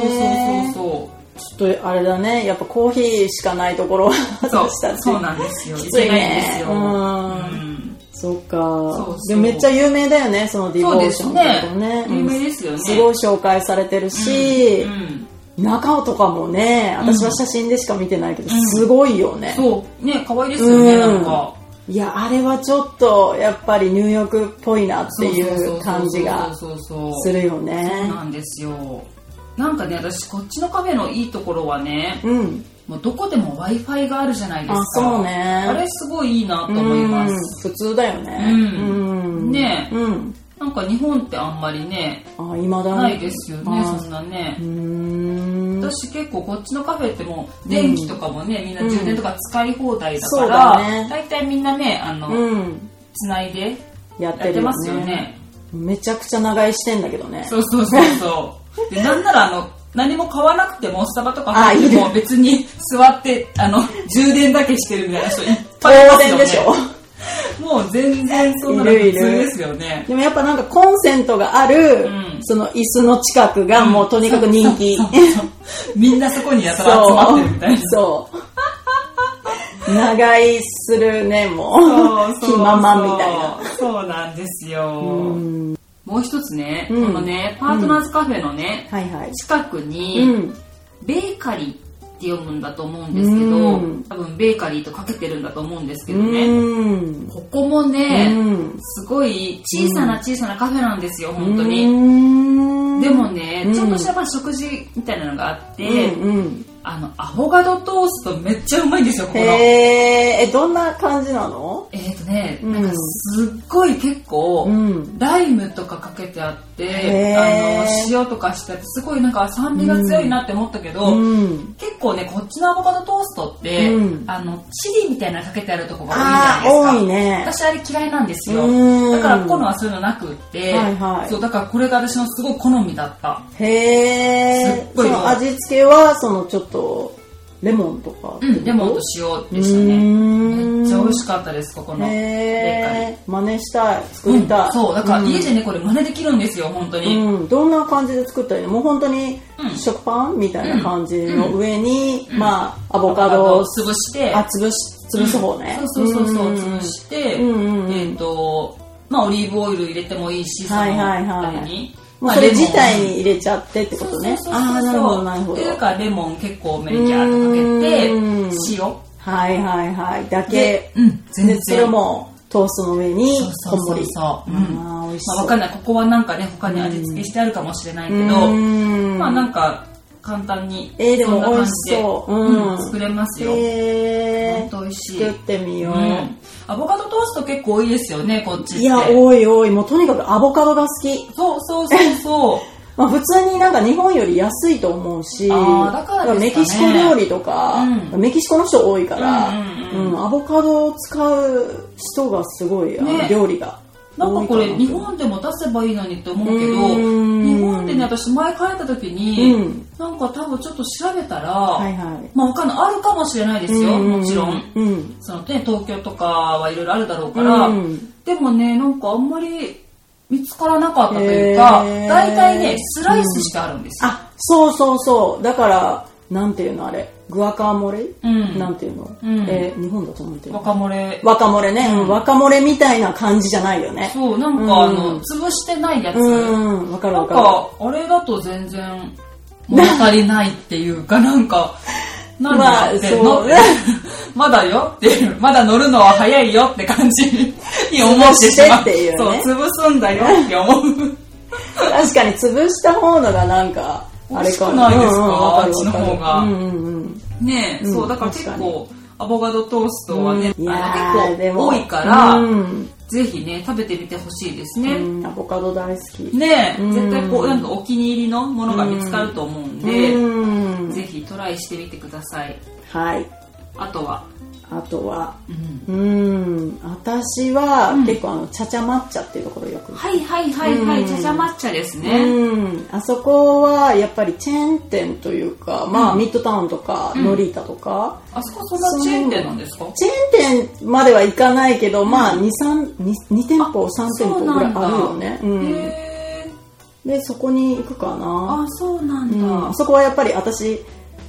[SPEAKER 1] そ
[SPEAKER 2] ー
[SPEAKER 1] うそう
[SPEAKER 2] ちょっとあれだね、やっぱコーヒーしかないところは
[SPEAKER 1] そう。
[SPEAKER 2] 私
[SPEAKER 1] そ
[SPEAKER 2] た
[SPEAKER 1] う、
[SPEAKER 2] ち
[SPEAKER 1] そうなんですよ。
[SPEAKER 2] き
[SPEAKER 1] 行
[SPEAKER 2] つい
[SPEAKER 1] け
[SPEAKER 2] ね
[SPEAKER 1] ないんですよ。
[SPEAKER 2] うん
[SPEAKER 1] うん
[SPEAKER 2] そうか
[SPEAKER 1] そうそう
[SPEAKER 2] でもめっちゃ有名だよね、そのディボーションってとこね。
[SPEAKER 1] そうですね有名ですよね
[SPEAKER 2] うんすごい紹介されてるし、
[SPEAKER 1] うん
[SPEAKER 2] 中とかもね、私は写真でしか見てないけど、すごいよね。
[SPEAKER 1] そうね可愛いですよね、
[SPEAKER 2] うん
[SPEAKER 1] なんか
[SPEAKER 2] いや、あれはちょっとやっぱりニューヨークっぽいなっていう感じが
[SPEAKER 1] そうそうそうそう
[SPEAKER 2] するよ
[SPEAKER 1] そう
[SPEAKER 2] ね。
[SPEAKER 1] なんですよなんかね私こっちのカフェのいいところはね
[SPEAKER 2] うん。
[SPEAKER 1] もうどこでも w i f i があるじゃないですか
[SPEAKER 2] あ、そうね。
[SPEAKER 1] あれすごいいいなと思います、
[SPEAKER 2] うん普通だよね。
[SPEAKER 1] うん
[SPEAKER 2] うん
[SPEAKER 1] ね
[SPEAKER 2] うん。
[SPEAKER 1] なんか日本ってあんまりね
[SPEAKER 2] あ、いまだに
[SPEAKER 1] ないですよね
[SPEAKER 2] あー
[SPEAKER 1] そんなね
[SPEAKER 2] うーん。
[SPEAKER 1] 私結構こっちのカフェってもう電気とかもね、みんな充電とか使い放題だか
[SPEAKER 2] うんそうだ
[SPEAKER 1] ら、
[SPEAKER 2] ね
[SPEAKER 1] 大体みんなねあの、
[SPEAKER 2] うん。
[SPEAKER 1] つないで
[SPEAKER 2] やって
[SPEAKER 1] やっ
[SPEAKER 2] る
[SPEAKER 1] て
[SPEAKER 2] よ
[SPEAKER 1] ますよね
[SPEAKER 2] めちゃくちゃ長居してんだけどね。
[SPEAKER 1] そうそうそうそう。で、なんならあの、何も買わなくても、スタバとか入って
[SPEAKER 2] あい
[SPEAKER 1] も別に座って、あの、充電だけしてるみたいな人いっ
[SPEAKER 2] 当
[SPEAKER 1] ぱいいますよ
[SPEAKER 2] 然
[SPEAKER 1] ね。
[SPEAKER 2] でしょ。
[SPEAKER 1] もう全然そんなの
[SPEAKER 2] い
[SPEAKER 1] 普
[SPEAKER 2] る
[SPEAKER 1] 通
[SPEAKER 2] いる
[SPEAKER 1] ですよね。
[SPEAKER 2] でもやっぱなんかコンセントがある、
[SPEAKER 1] うん
[SPEAKER 2] その椅子の近くがもうとにかく人気。
[SPEAKER 1] そうそうそうみんなそこに
[SPEAKER 2] <laughs>
[SPEAKER 1] やたら集まってるみたいな。
[SPEAKER 2] そう。長居するね、
[SPEAKER 1] そ
[SPEAKER 2] も
[SPEAKER 1] う
[SPEAKER 2] う。
[SPEAKER 1] そうそう
[SPEAKER 2] 気ままみたいな。。
[SPEAKER 1] そうなんですよ。
[SPEAKER 2] うん
[SPEAKER 1] もう一つね、
[SPEAKER 2] うん
[SPEAKER 1] このね、パートナーズカフェのね、
[SPEAKER 2] はいはい。
[SPEAKER 1] 近くに、
[SPEAKER 2] うん。
[SPEAKER 1] ベーカリーって読むんだと思うんですけど、
[SPEAKER 2] うん
[SPEAKER 1] 多分ベーカリーとかけてるんだと思うんですけ
[SPEAKER 2] う
[SPEAKER 1] どね、
[SPEAKER 2] ん。
[SPEAKER 1] ここもね、
[SPEAKER 2] うん
[SPEAKER 1] すごい小さな小さなカフェなんですよ、本当に。
[SPEAKER 2] に
[SPEAKER 1] でもね、
[SPEAKER 2] うん
[SPEAKER 1] ちょっとしたまあ食事みたいなのがあって、
[SPEAKER 2] うんうん、
[SPEAKER 1] あの、アボカドトーストめっちゃうまいんですよ、ここ
[SPEAKER 2] へ
[SPEAKER 1] の。
[SPEAKER 2] え、えどんな感じなの
[SPEAKER 1] えーとね、
[SPEAKER 2] うん
[SPEAKER 1] なんかすっごい結構、
[SPEAKER 2] ん。
[SPEAKER 1] ライムとかかけてあって、
[SPEAKER 2] へー
[SPEAKER 1] あの、塩とかしてあって、すごいなんか酸味が強いなって思ったけど、
[SPEAKER 2] うん。
[SPEAKER 1] 結構ねこっちのアボカドトーストって、
[SPEAKER 2] うん
[SPEAKER 1] あのチリみたいなのかけてあるとこが
[SPEAKER 2] ああ、
[SPEAKER 1] 多
[SPEAKER 2] 多
[SPEAKER 1] い
[SPEAKER 2] い
[SPEAKER 1] じゃないですか
[SPEAKER 2] ね。
[SPEAKER 1] 私あれ嫌いなんですよ
[SPEAKER 2] うん
[SPEAKER 1] だから今度はそういうのなくって、
[SPEAKER 2] はいはい
[SPEAKER 1] そうだからこれが私のすごい好みだった
[SPEAKER 2] へ
[SPEAKER 1] す
[SPEAKER 2] え
[SPEAKER 1] っ。ご
[SPEAKER 2] そ
[SPEAKER 1] い
[SPEAKER 2] の味付けは、そのちょっと、レモンとか。
[SPEAKER 1] うんレモンと塩でした
[SPEAKER 2] うー
[SPEAKER 1] ね
[SPEAKER 2] ん
[SPEAKER 1] めっちゃ美味しかったですここの
[SPEAKER 2] へ
[SPEAKER 1] ベ
[SPEAKER 2] え。真似した
[SPEAKER 1] ー
[SPEAKER 2] い。
[SPEAKER 1] カリー
[SPEAKER 2] 作りたい。
[SPEAKER 1] うんそうだから
[SPEAKER 2] うん
[SPEAKER 1] 家でねこれ真似できるんですよ本当に、
[SPEAKER 2] うん、どんな感じで作ったらいいのもう本当に
[SPEAKER 1] うん
[SPEAKER 2] 食パンみたいな感じの上に、まあ、アボカ
[SPEAKER 1] アボカド
[SPEAKER 2] ド
[SPEAKER 1] を
[SPEAKER 2] を、
[SPEAKER 1] 潰して
[SPEAKER 2] あ、潰し、潰す方ね。
[SPEAKER 1] そうそうそうそう、
[SPEAKER 2] ん
[SPEAKER 1] 潰して、
[SPEAKER 2] うんうんうん
[SPEAKER 1] えっ、とまあオリーブオイル入れてもいいしその、
[SPEAKER 2] はいはいはい
[SPEAKER 1] 何
[SPEAKER 2] もう
[SPEAKER 1] まあ
[SPEAKER 2] それ
[SPEAKER 1] レモン
[SPEAKER 2] 自体に入れちゃってってことね。
[SPEAKER 1] そうそうそうそう
[SPEAKER 2] ああ、なるほど、なるほ
[SPEAKER 1] と
[SPEAKER 2] ど。
[SPEAKER 1] いうかレモン結構メリキャー
[SPEAKER 2] う
[SPEAKER 1] っ
[SPEAKER 2] ん
[SPEAKER 1] てか
[SPEAKER 2] はいはいはい。だ
[SPEAKER 1] けて
[SPEAKER 2] け
[SPEAKER 1] 塩で、、うん、全
[SPEAKER 2] で
[SPEAKER 1] 然
[SPEAKER 2] それもトーストの上に
[SPEAKER 1] そう
[SPEAKER 2] こ
[SPEAKER 1] ん
[SPEAKER 2] も
[SPEAKER 1] そう
[SPEAKER 2] り。
[SPEAKER 1] そう、うんま
[SPEAKER 2] ああ、美味し
[SPEAKER 1] あ、
[SPEAKER 2] そう。
[SPEAKER 1] わかんないここはなんかね他に味付けしてあるかもしれないけど、
[SPEAKER 2] うん
[SPEAKER 1] まあなんか簡単に
[SPEAKER 2] えーでも
[SPEAKER 1] そんな感じで
[SPEAKER 2] 美味しそう
[SPEAKER 1] うん
[SPEAKER 2] うん
[SPEAKER 1] 作れますよ、
[SPEAKER 2] へ
[SPEAKER 1] ほん
[SPEAKER 2] ー
[SPEAKER 1] と美味しい
[SPEAKER 2] 作ってみよう。
[SPEAKER 1] うんアボカドトースト結構多いですよねこっちって
[SPEAKER 2] いや、多い多い。もうとにかくアボカドが好き。 <laughs>
[SPEAKER 1] そうそうそうそう
[SPEAKER 2] まあ、普通になんか日本より安いと思うし、
[SPEAKER 1] あーだからですかね
[SPEAKER 2] メキシコ料理とか、
[SPEAKER 1] う
[SPEAKER 2] メキシコの人多いから、
[SPEAKER 1] うんうんうん
[SPEAKER 2] うんアボカドを使う人がすごい、あの
[SPEAKER 1] ね
[SPEAKER 2] 料理が
[SPEAKER 1] なん
[SPEAKER 2] 多
[SPEAKER 1] か
[SPEAKER 2] い
[SPEAKER 1] こ
[SPEAKER 2] な
[SPEAKER 1] れ日本でも出せばいいのにって思うけど
[SPEAKER 2] うん
[SPEAKER 1] 日本でね私前帰った時に、
[SPEAKER 2] うん
[SPEAKER 1] なんか多分ちょっと調べたら、
[SPEAKER 2] はいはい
[SPEAKER 1] まあ他のあるかもしれないですよ、
[SPEAKER 2] うう
[SPEAKER 1] もちろん
[SPEAKER 2] うん
[SPEAKER 1] その、ね、東京とかはいろいろあるだろうから、
[SPEAKER 2] うん
[SPEAKER 1] でもねなんかあんまり見つからなかったというか
[SPEAKER 2] へー
[SPEAKER 1] 大体ねスライスしてあるんですよ、
[SPEAKER 2] あそうそうそうだからなんていうのあれグアカモレ、
[SPEAKER 1] うん
[SPEAKER 2] なんていうの、
[SPEAKER 1] うん
[SPEAKER 2] えー日本だとなんていう
[SPEAKER 1] ワ
[SPEAKER 2] の
[SPEAKER 1] カモレ
[SPEAKER 2] 若漏れね、
[SPEAKER 1] うん
[SPEAKER 2] 若漏れみたいな感じじゃないよね
[SPEAKER 1] そうなんか、
[SPEAKER 2] うん
[SPEAKER 1] あの潰してないやつ、
[SPEAKER 2] うんわかる
[SPEAKER 1] な
[SPEAKER 2] わ
[SPEAKER 1] ん
[SPEAKER 2] かる
[SPEAKER 1] かあれだと全然物足りないっていう
[SPEAKER 2] <laughs>
[SPEAKER 1] かなんか何やってんの、 <laughs>
[SPEAKER 2] ま
[SPEAKER 1] ま
[SPEAKER 2] あ
[SPEAKER 1] だよっていう
[SPEAKER 2] <laughs>
[SPEAKER 1] まだ乗るのは早いよって感じに思ってしま
[SPEAKER 2] 潰して
[SPEAKER 1] う
[SPEAKER 2] っていうね
[SPEAKER 1] そう潰すんだよって思う
[SPEAKER 2] 確かに潰した方のがなんかあ
[SPEAKER 1] 美
[SPEAKER 2] れか
[SPEAKER 1] 味しくないですか
[SPEAKER 2] うんうんわるわる
[SPEAKER 1] あっちの方が
[SPEAKER 2] うんうんうん
[SPEAKER 1] ねえ、
[SPEAKER 2] うん
[SPEAKER 1] そうだから結
[SPEAKER 2] 確か
[SPEAKER 1] 構アボカドトーストはね、
[SPEAKER 2] いや
[SPEAKER 1] あ
[SPEAKER 2] ー
[SPEAKER 1] の結
[SPEAKER 2] で
[SPEAKER 1] 構
[SPEAKER 2] も
[SPEAKER 1] 多いから、
[SPEAKER 2] うん
[SPEAKER 1] ぜひね食べてみてほしいですね、
[SPEAKER 2] うんアボカド大好き
[SPEAKER 1] ねえ、
[SPEAKER 2] うん
[SPEAKER 1] 絶対こうなんかお気に入りのものが見つかると思うんで、
[SPEAKER 2] うん
[SPEAKER 1] ぜひトライしてみてください
[SPEAKER 2] はい
[SPEAKER 1] あとは、
[SPEAKER 2] あとは
[SPEAKER 1] うん
[SPEAKER 2] うん私は
[SPEAKER 1] うん
[SPEAKER 2] 結構あのちゃちゃ抹茶っていうところよく
[SPEAKER 1] はいはいはいはい、
[SPEAKER 2] うん
[SPEAKER 1] ちゃちゃ抹茶ですね、
[SPEAKER 2] うん、あそこはやっぱりチェーン店というか、まあ、
[SPEAKER 1] うん
[SPEAKER 2] ミッドタウンとか
[SPEAKER 1] うん
[SPEAKER 2] ノリータとか、
[SPEAKER 1] あそこそんなチェーン店なんですか
[SPEAKER 2] チェーン店までは行かないけど、まあ、2, 3 2, 店舗3店舗ぐらいあるよねう
[SPEAKER 1] そうなん
[SPEAKER 2] ん
[SPEAKER 1] だへー
[SPEAKER 2] でそこに行くかな
[SPEAKER 1] あそうなんだ、
[SPEAKER 2] うん、
[SPEAKER 1] は
[SPEAKER 2] あそこはやっぱり私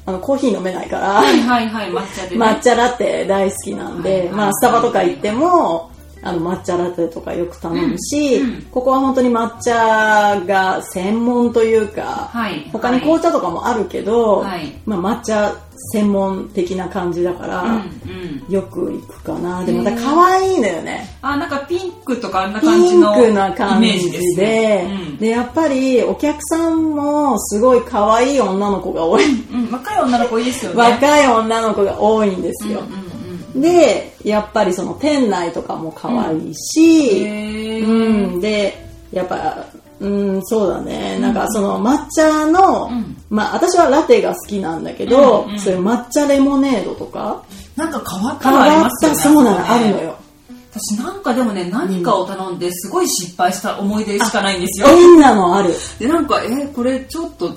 [SPEAKER 2] あのコーヒー飲めないから
[SPEAKER 1] いはいはい抹茶で、ね、
[SPEAKER 2] 抹茶ラテ大好きなんで、
[SPEAKER 1] はいはい
[SPEAKER 2] まあ、スタバとか行ってもあの抹茶ラテとかよく頼むし、
[SPEAKER 1] うんうん
[SPEAKER 2] ここは本当に抹茶が専門というか、
[SPEAKER 1] はい
[SPEAKER 2] 他に紅茶とかもあるけど、
[SPEAKER 1] はい
[SPEAKER 2] まあ、抹茶専門的な感じだから、
[SPEAKER 1] うんうん
[SPEAKER 2] よく行くかなでも
[SPEAKER 1] へー
[SPEAKER 2] また可愛いのよね
[SPEAKER 1] あなんかピンクとかあんな
[SPEAKER 2] ピ
[SPEAKER 1] 感じ
[SPEAKER 2] ン
[SPEAKER 1] の
[SPEAKER 2] クな感
[SPEAKER 1] イメー
[SPEAKER 2] じ
[SPEAKER 1] ジ
[SPEAKER 2] で
[SPEAKER 1] です
[SPEAKER 2] で,、
[SPEAKER 1] ねうん
[SPEAKER 2] やっぱりお客さんもすごい可愛い女の子が多い、
[SPEAKER 1] うん、若い女の子いいですよね
[SPEAKER 2] 若い女の子が多いんですよ、
[SPEAKER 1] うんうん
[SPEAKER 2] でやっぱりその店内とかも可愛い
[SPEAKER 1] うん
[SPEAKER 2] し、
[SPEAKER 1] へ
[SPEAKER 2] う
[SPEAKER 1] ー
[SPEAKER 2] ん、でやっぱうんそうだねなんかその抹茶の、
[SPEAKER 1] うん
[SPEAKER 2] まあ私はラテが好きなんだけど、
[SPEAKER 1] うんうん
[SPEAKER 2] そういう抹茶レモネードとか
[SPEAKER 1] なんか変わった
[SPEAKER 2] 変
[SPEAKER 1] の
[SPEAKER 2] わ
[SPEAKER 1] あり
[SPEAKER 2] っ
[SPEAKER 1] ますよ
[SPEAKER 2] た
[SPEAKER 1] ね
[SPEAKER 2] そうなのあ
[SPEAKER 1] そこ
[SPEAKER 2] る
[SPEAKER 1] ね
[SPEAKER 2] のよ
[SPEAKER 1] 私なんかでもね何かを頼んですごい失敗した思い出しかないんですよ、
[SPEAKER 2] 変なのある
[SPEAKER 1] でなんかえーこれちょっと違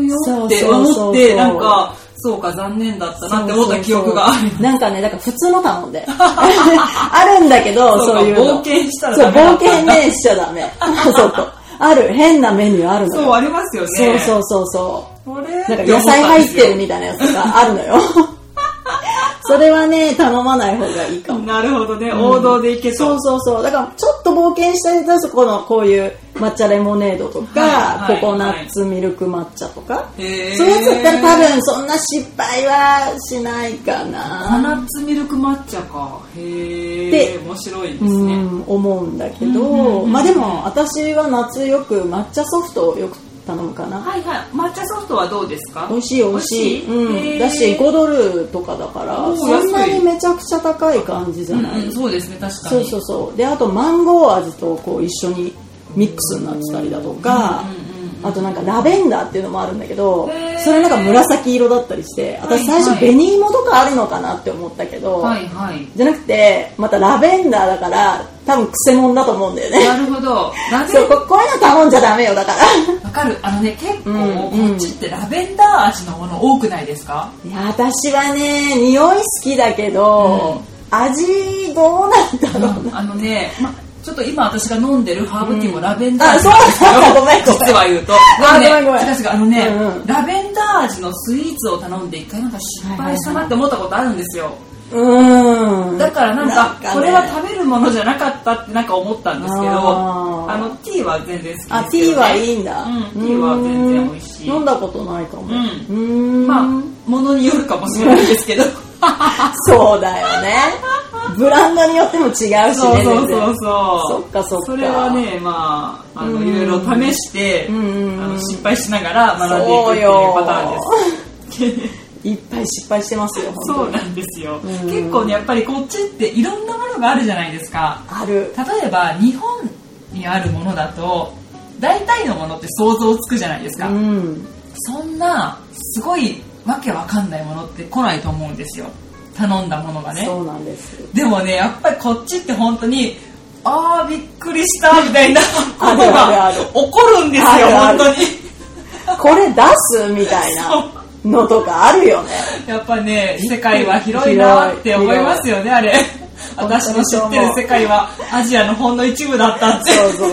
[SPEAKER 1] うよ
[SPEAKER 2] そう
[SPEAKER 1] って
[SPEAKER 2] そうそうそう
[SPEAKER 1] 思ってなんかそうか残念だったなって思った記憶があ
[SPEAKER 2] そ
[SPEAKER 1] る
[SPEAKER 2] うそうそうなんかね
[SPEAKER 1] <laughs>
[SPEAKER 2] だから普通の頼んで <laughs> あるんだけど
[SPEAKER 1] そう
[SPEAKER 2] そう
[SPEAKER 1] か
[SPEAKER 2] いうの
[SPEAKER 1] 冒険したら
[SPEAKER 2] そう
[SPEAKER 1] ダメだ
[SPEAKER 2] 冒
[SPEAKER 1] ったんだ
[SPEAKER 2] 険ねしちゃダメ <laughs> そうそうある変なメニューあるの
[SPEAKER 1] そう
[SPEAKER 2] よ
[SPEAKER 1] ありますよね
[SPEAKER 2] そうそうそうそう
[SPEAKER 1] これ
[SPEAKER 2] なんか野菜入ってる
[SPEAKER 1] み
[SPEAKER 2] みたいなやつとかあるのよ。 <laughs> それはね、頼まない方がいいかも。
[SPEAKER 1] なるほどね、王道でいけ
[SPEAKER 2] そ
[SPEAKER 1] そう
[SPEAKER 2] うそうそう。だから、ちょっと冒険したやつは、そこのこういう抹茶レモネードとか、
[SPEAKER 1] はいはい
[SPEAKER 2] ココナッツミルク抹茶とか、
[SPEAKER 1] へー
[SPEAKER 2] そういうやつだったら多分そんな失敗はしないかな。
[SPEAKER 1] ココナッツミルク抹茶かへ
[SPEAKER 2] で
[SPEAKER 1] え面白いで
[SPEAKER 2] う
[SPEAKER 1] すね
[SPEAKER 2] ん、思うんだけ
[SPEAKER 1] うんうんうん
[SPEAKER 2] ど、
[SPEAKER 1] うん
[SPEAKER 2] まあでも私は夏よく抹茶ソフトをよく頼むかな。
[SPEAKER 1] はいはい抹茶ソフトはどうですか
[SPEAKER 2] 美味しい美味しいうん、だし
[SPEAKER 1] ご
[SPEAKER 2] 5ドルとかだから
[SPEAKER 1] おー
[SPEAKER 2] そんなにめちゃくちゃ高い感じじゃない、
[SPEAKER 1] そうですね確かに
[SPEAKER 2] そうそうそうであとマンゴー味とこう一緒にミックスになってたりだとか、あとなんかラベンダーっていうのもあるんだけど
[SPEAKER 1] へー
[SPEAKER 2] それなんか紫色だったりして私
[SPEAKER 1] はいはい
[SPEAKER 2] 最初紅芋とかあるのかなって思ったけど、
[SPEAKER 1] はいはい
[SPEAKER 2] じゃなくてまたラベンダーだから多分クセモンだと思うんだよね
[SPEAKER 1] なるほどラベ
[SPEAKER 2] そ
[SPEAKER 1] ン
[SPEAKER 2] うここういうの頼んじゃダメよだから
[SPEAKER 1] わかるあのね結構
[SPEAKER 2] うんうん
[SPEAKER 1] こっちってラベンダー味のもの多くないですか
[SPEAKER 2] いや私はね匂い好きだけど、味どうなんだろうな、
[SPEAKER 1] あのねまちょっと今私が飲んでるハーブティーもラベンダー
[SPEAKER 2] あ
[SPEAKER 1] 味
[SPEAKER 2] そうなんだごめんごめん
[SPEAKER 1] 実は言うと
[SPEAKER 2] あ
[SPEAKER 1] でもね
[SPEAKER 2] ごめんごめん
[SPEAKER 1] 違う違うあのね
[SPEAKER 2] うんうん
[SPEAKER 1] ラベンダー味のスイーツを頼んで一回なんか失敗したなって思ったことあるんですよ
[SPEAKER 2] うーん
[SPEAKER 1] だからなんか
[SPEAKER 2] ね
[SPEAKER 1] これは食べるものじゃなかったってなんか思ったんですけど
[SPEAKER 2] あー
[SPEAKER 1] あのティーは全然好きですけどね
[SPEAKER 2] あティーはいいんだ、
[SPEAKER 1] うんティーは全然美味しい
[SPEAKER 2] 飲んだことないかも
[SPEAKER 1] ん
[SPEAKER 2] ーん
[SPEAKER 1] まあものによるかもしれないですけど
[SPEAKER 2] そうだ
[SPEAKER 1] <laughs>
[SPEAKER 2] よねブランドによっても違うし
[SPEAKER 1] そ
[SPEAKER 2] ね
[SPEAKER 1] うそうそう
[SPEAKER 2] そ
[SPEAKER 1] そう
[SPEAKER 2] っかそっか
[SPEAKER 1] それはねまああ
[SPEAKER 2] う
[SPEAKER 1] の
[SPEAKER 2] ん
[SPEAKER 1] いろいろ試してあ
[SPEAKER 2] うんうんうん
[SPEAKER 1] の失敗しながら学んでいくっていうパターンです
[SPEAKER 2] 全然いっぱい失敗してますよ本
[SPEAKER 1] そ
[SPEAKER 2] 当
[SPEAKER 1] う
[SPEAKER 2] に
[SPEAKER 1] なんですよ
[SPEAKER 2] ん
[SPEAKER 1] 結構ねやっぱりこっちっていろんなものがあるじゃないですか
[SPEAKER 2] ある
[SPEAKER 1] 例えば日本にあるものだと大体のものって想像つくじゃないですか、
[SPEAKER 2] うん
[SPEAKER 1] そんなすごいわけわかんないものって来ないと思うんですよ頼んだものがね
[SPEAKER 2] そうなんです
[SPEAKER 1] でもねやっぱりこっちって本当にあーびっくりしたみたいなこと
[SPEAKER 2] <laughs> あるあ
[SPEAKER 1] が
[SPEAKER 2] る
[SPEAKER 1] 起こるんですよ
[SPEAKER 2] あるあ
[SPEAKER 1] 本
[SPEAKER 2] る
[SPEAKER 1] 当に
[SPEAKER 2] これ出すみたいなのとかあるよね
[SPEAKER 1] やっぱね世界は広いなって思いますよねあれ
[SPEAKER 2] 本
[SPEAKER 1] <laughs> 私
[SPEAKER 2] 当
[SPEAKER 1] の
[SPEAKER 2] に
[SPEAKER 1] 知
[SPEAKER 2] そう
[SPEAKER 1] っ
[SPEAKER 2] 思
[SPEAKER 1] て
[SPEAKER 2] う
[SPEAKER 1] る世界はアジアのほんの一部だったって
[SPEAKER 2] そうそう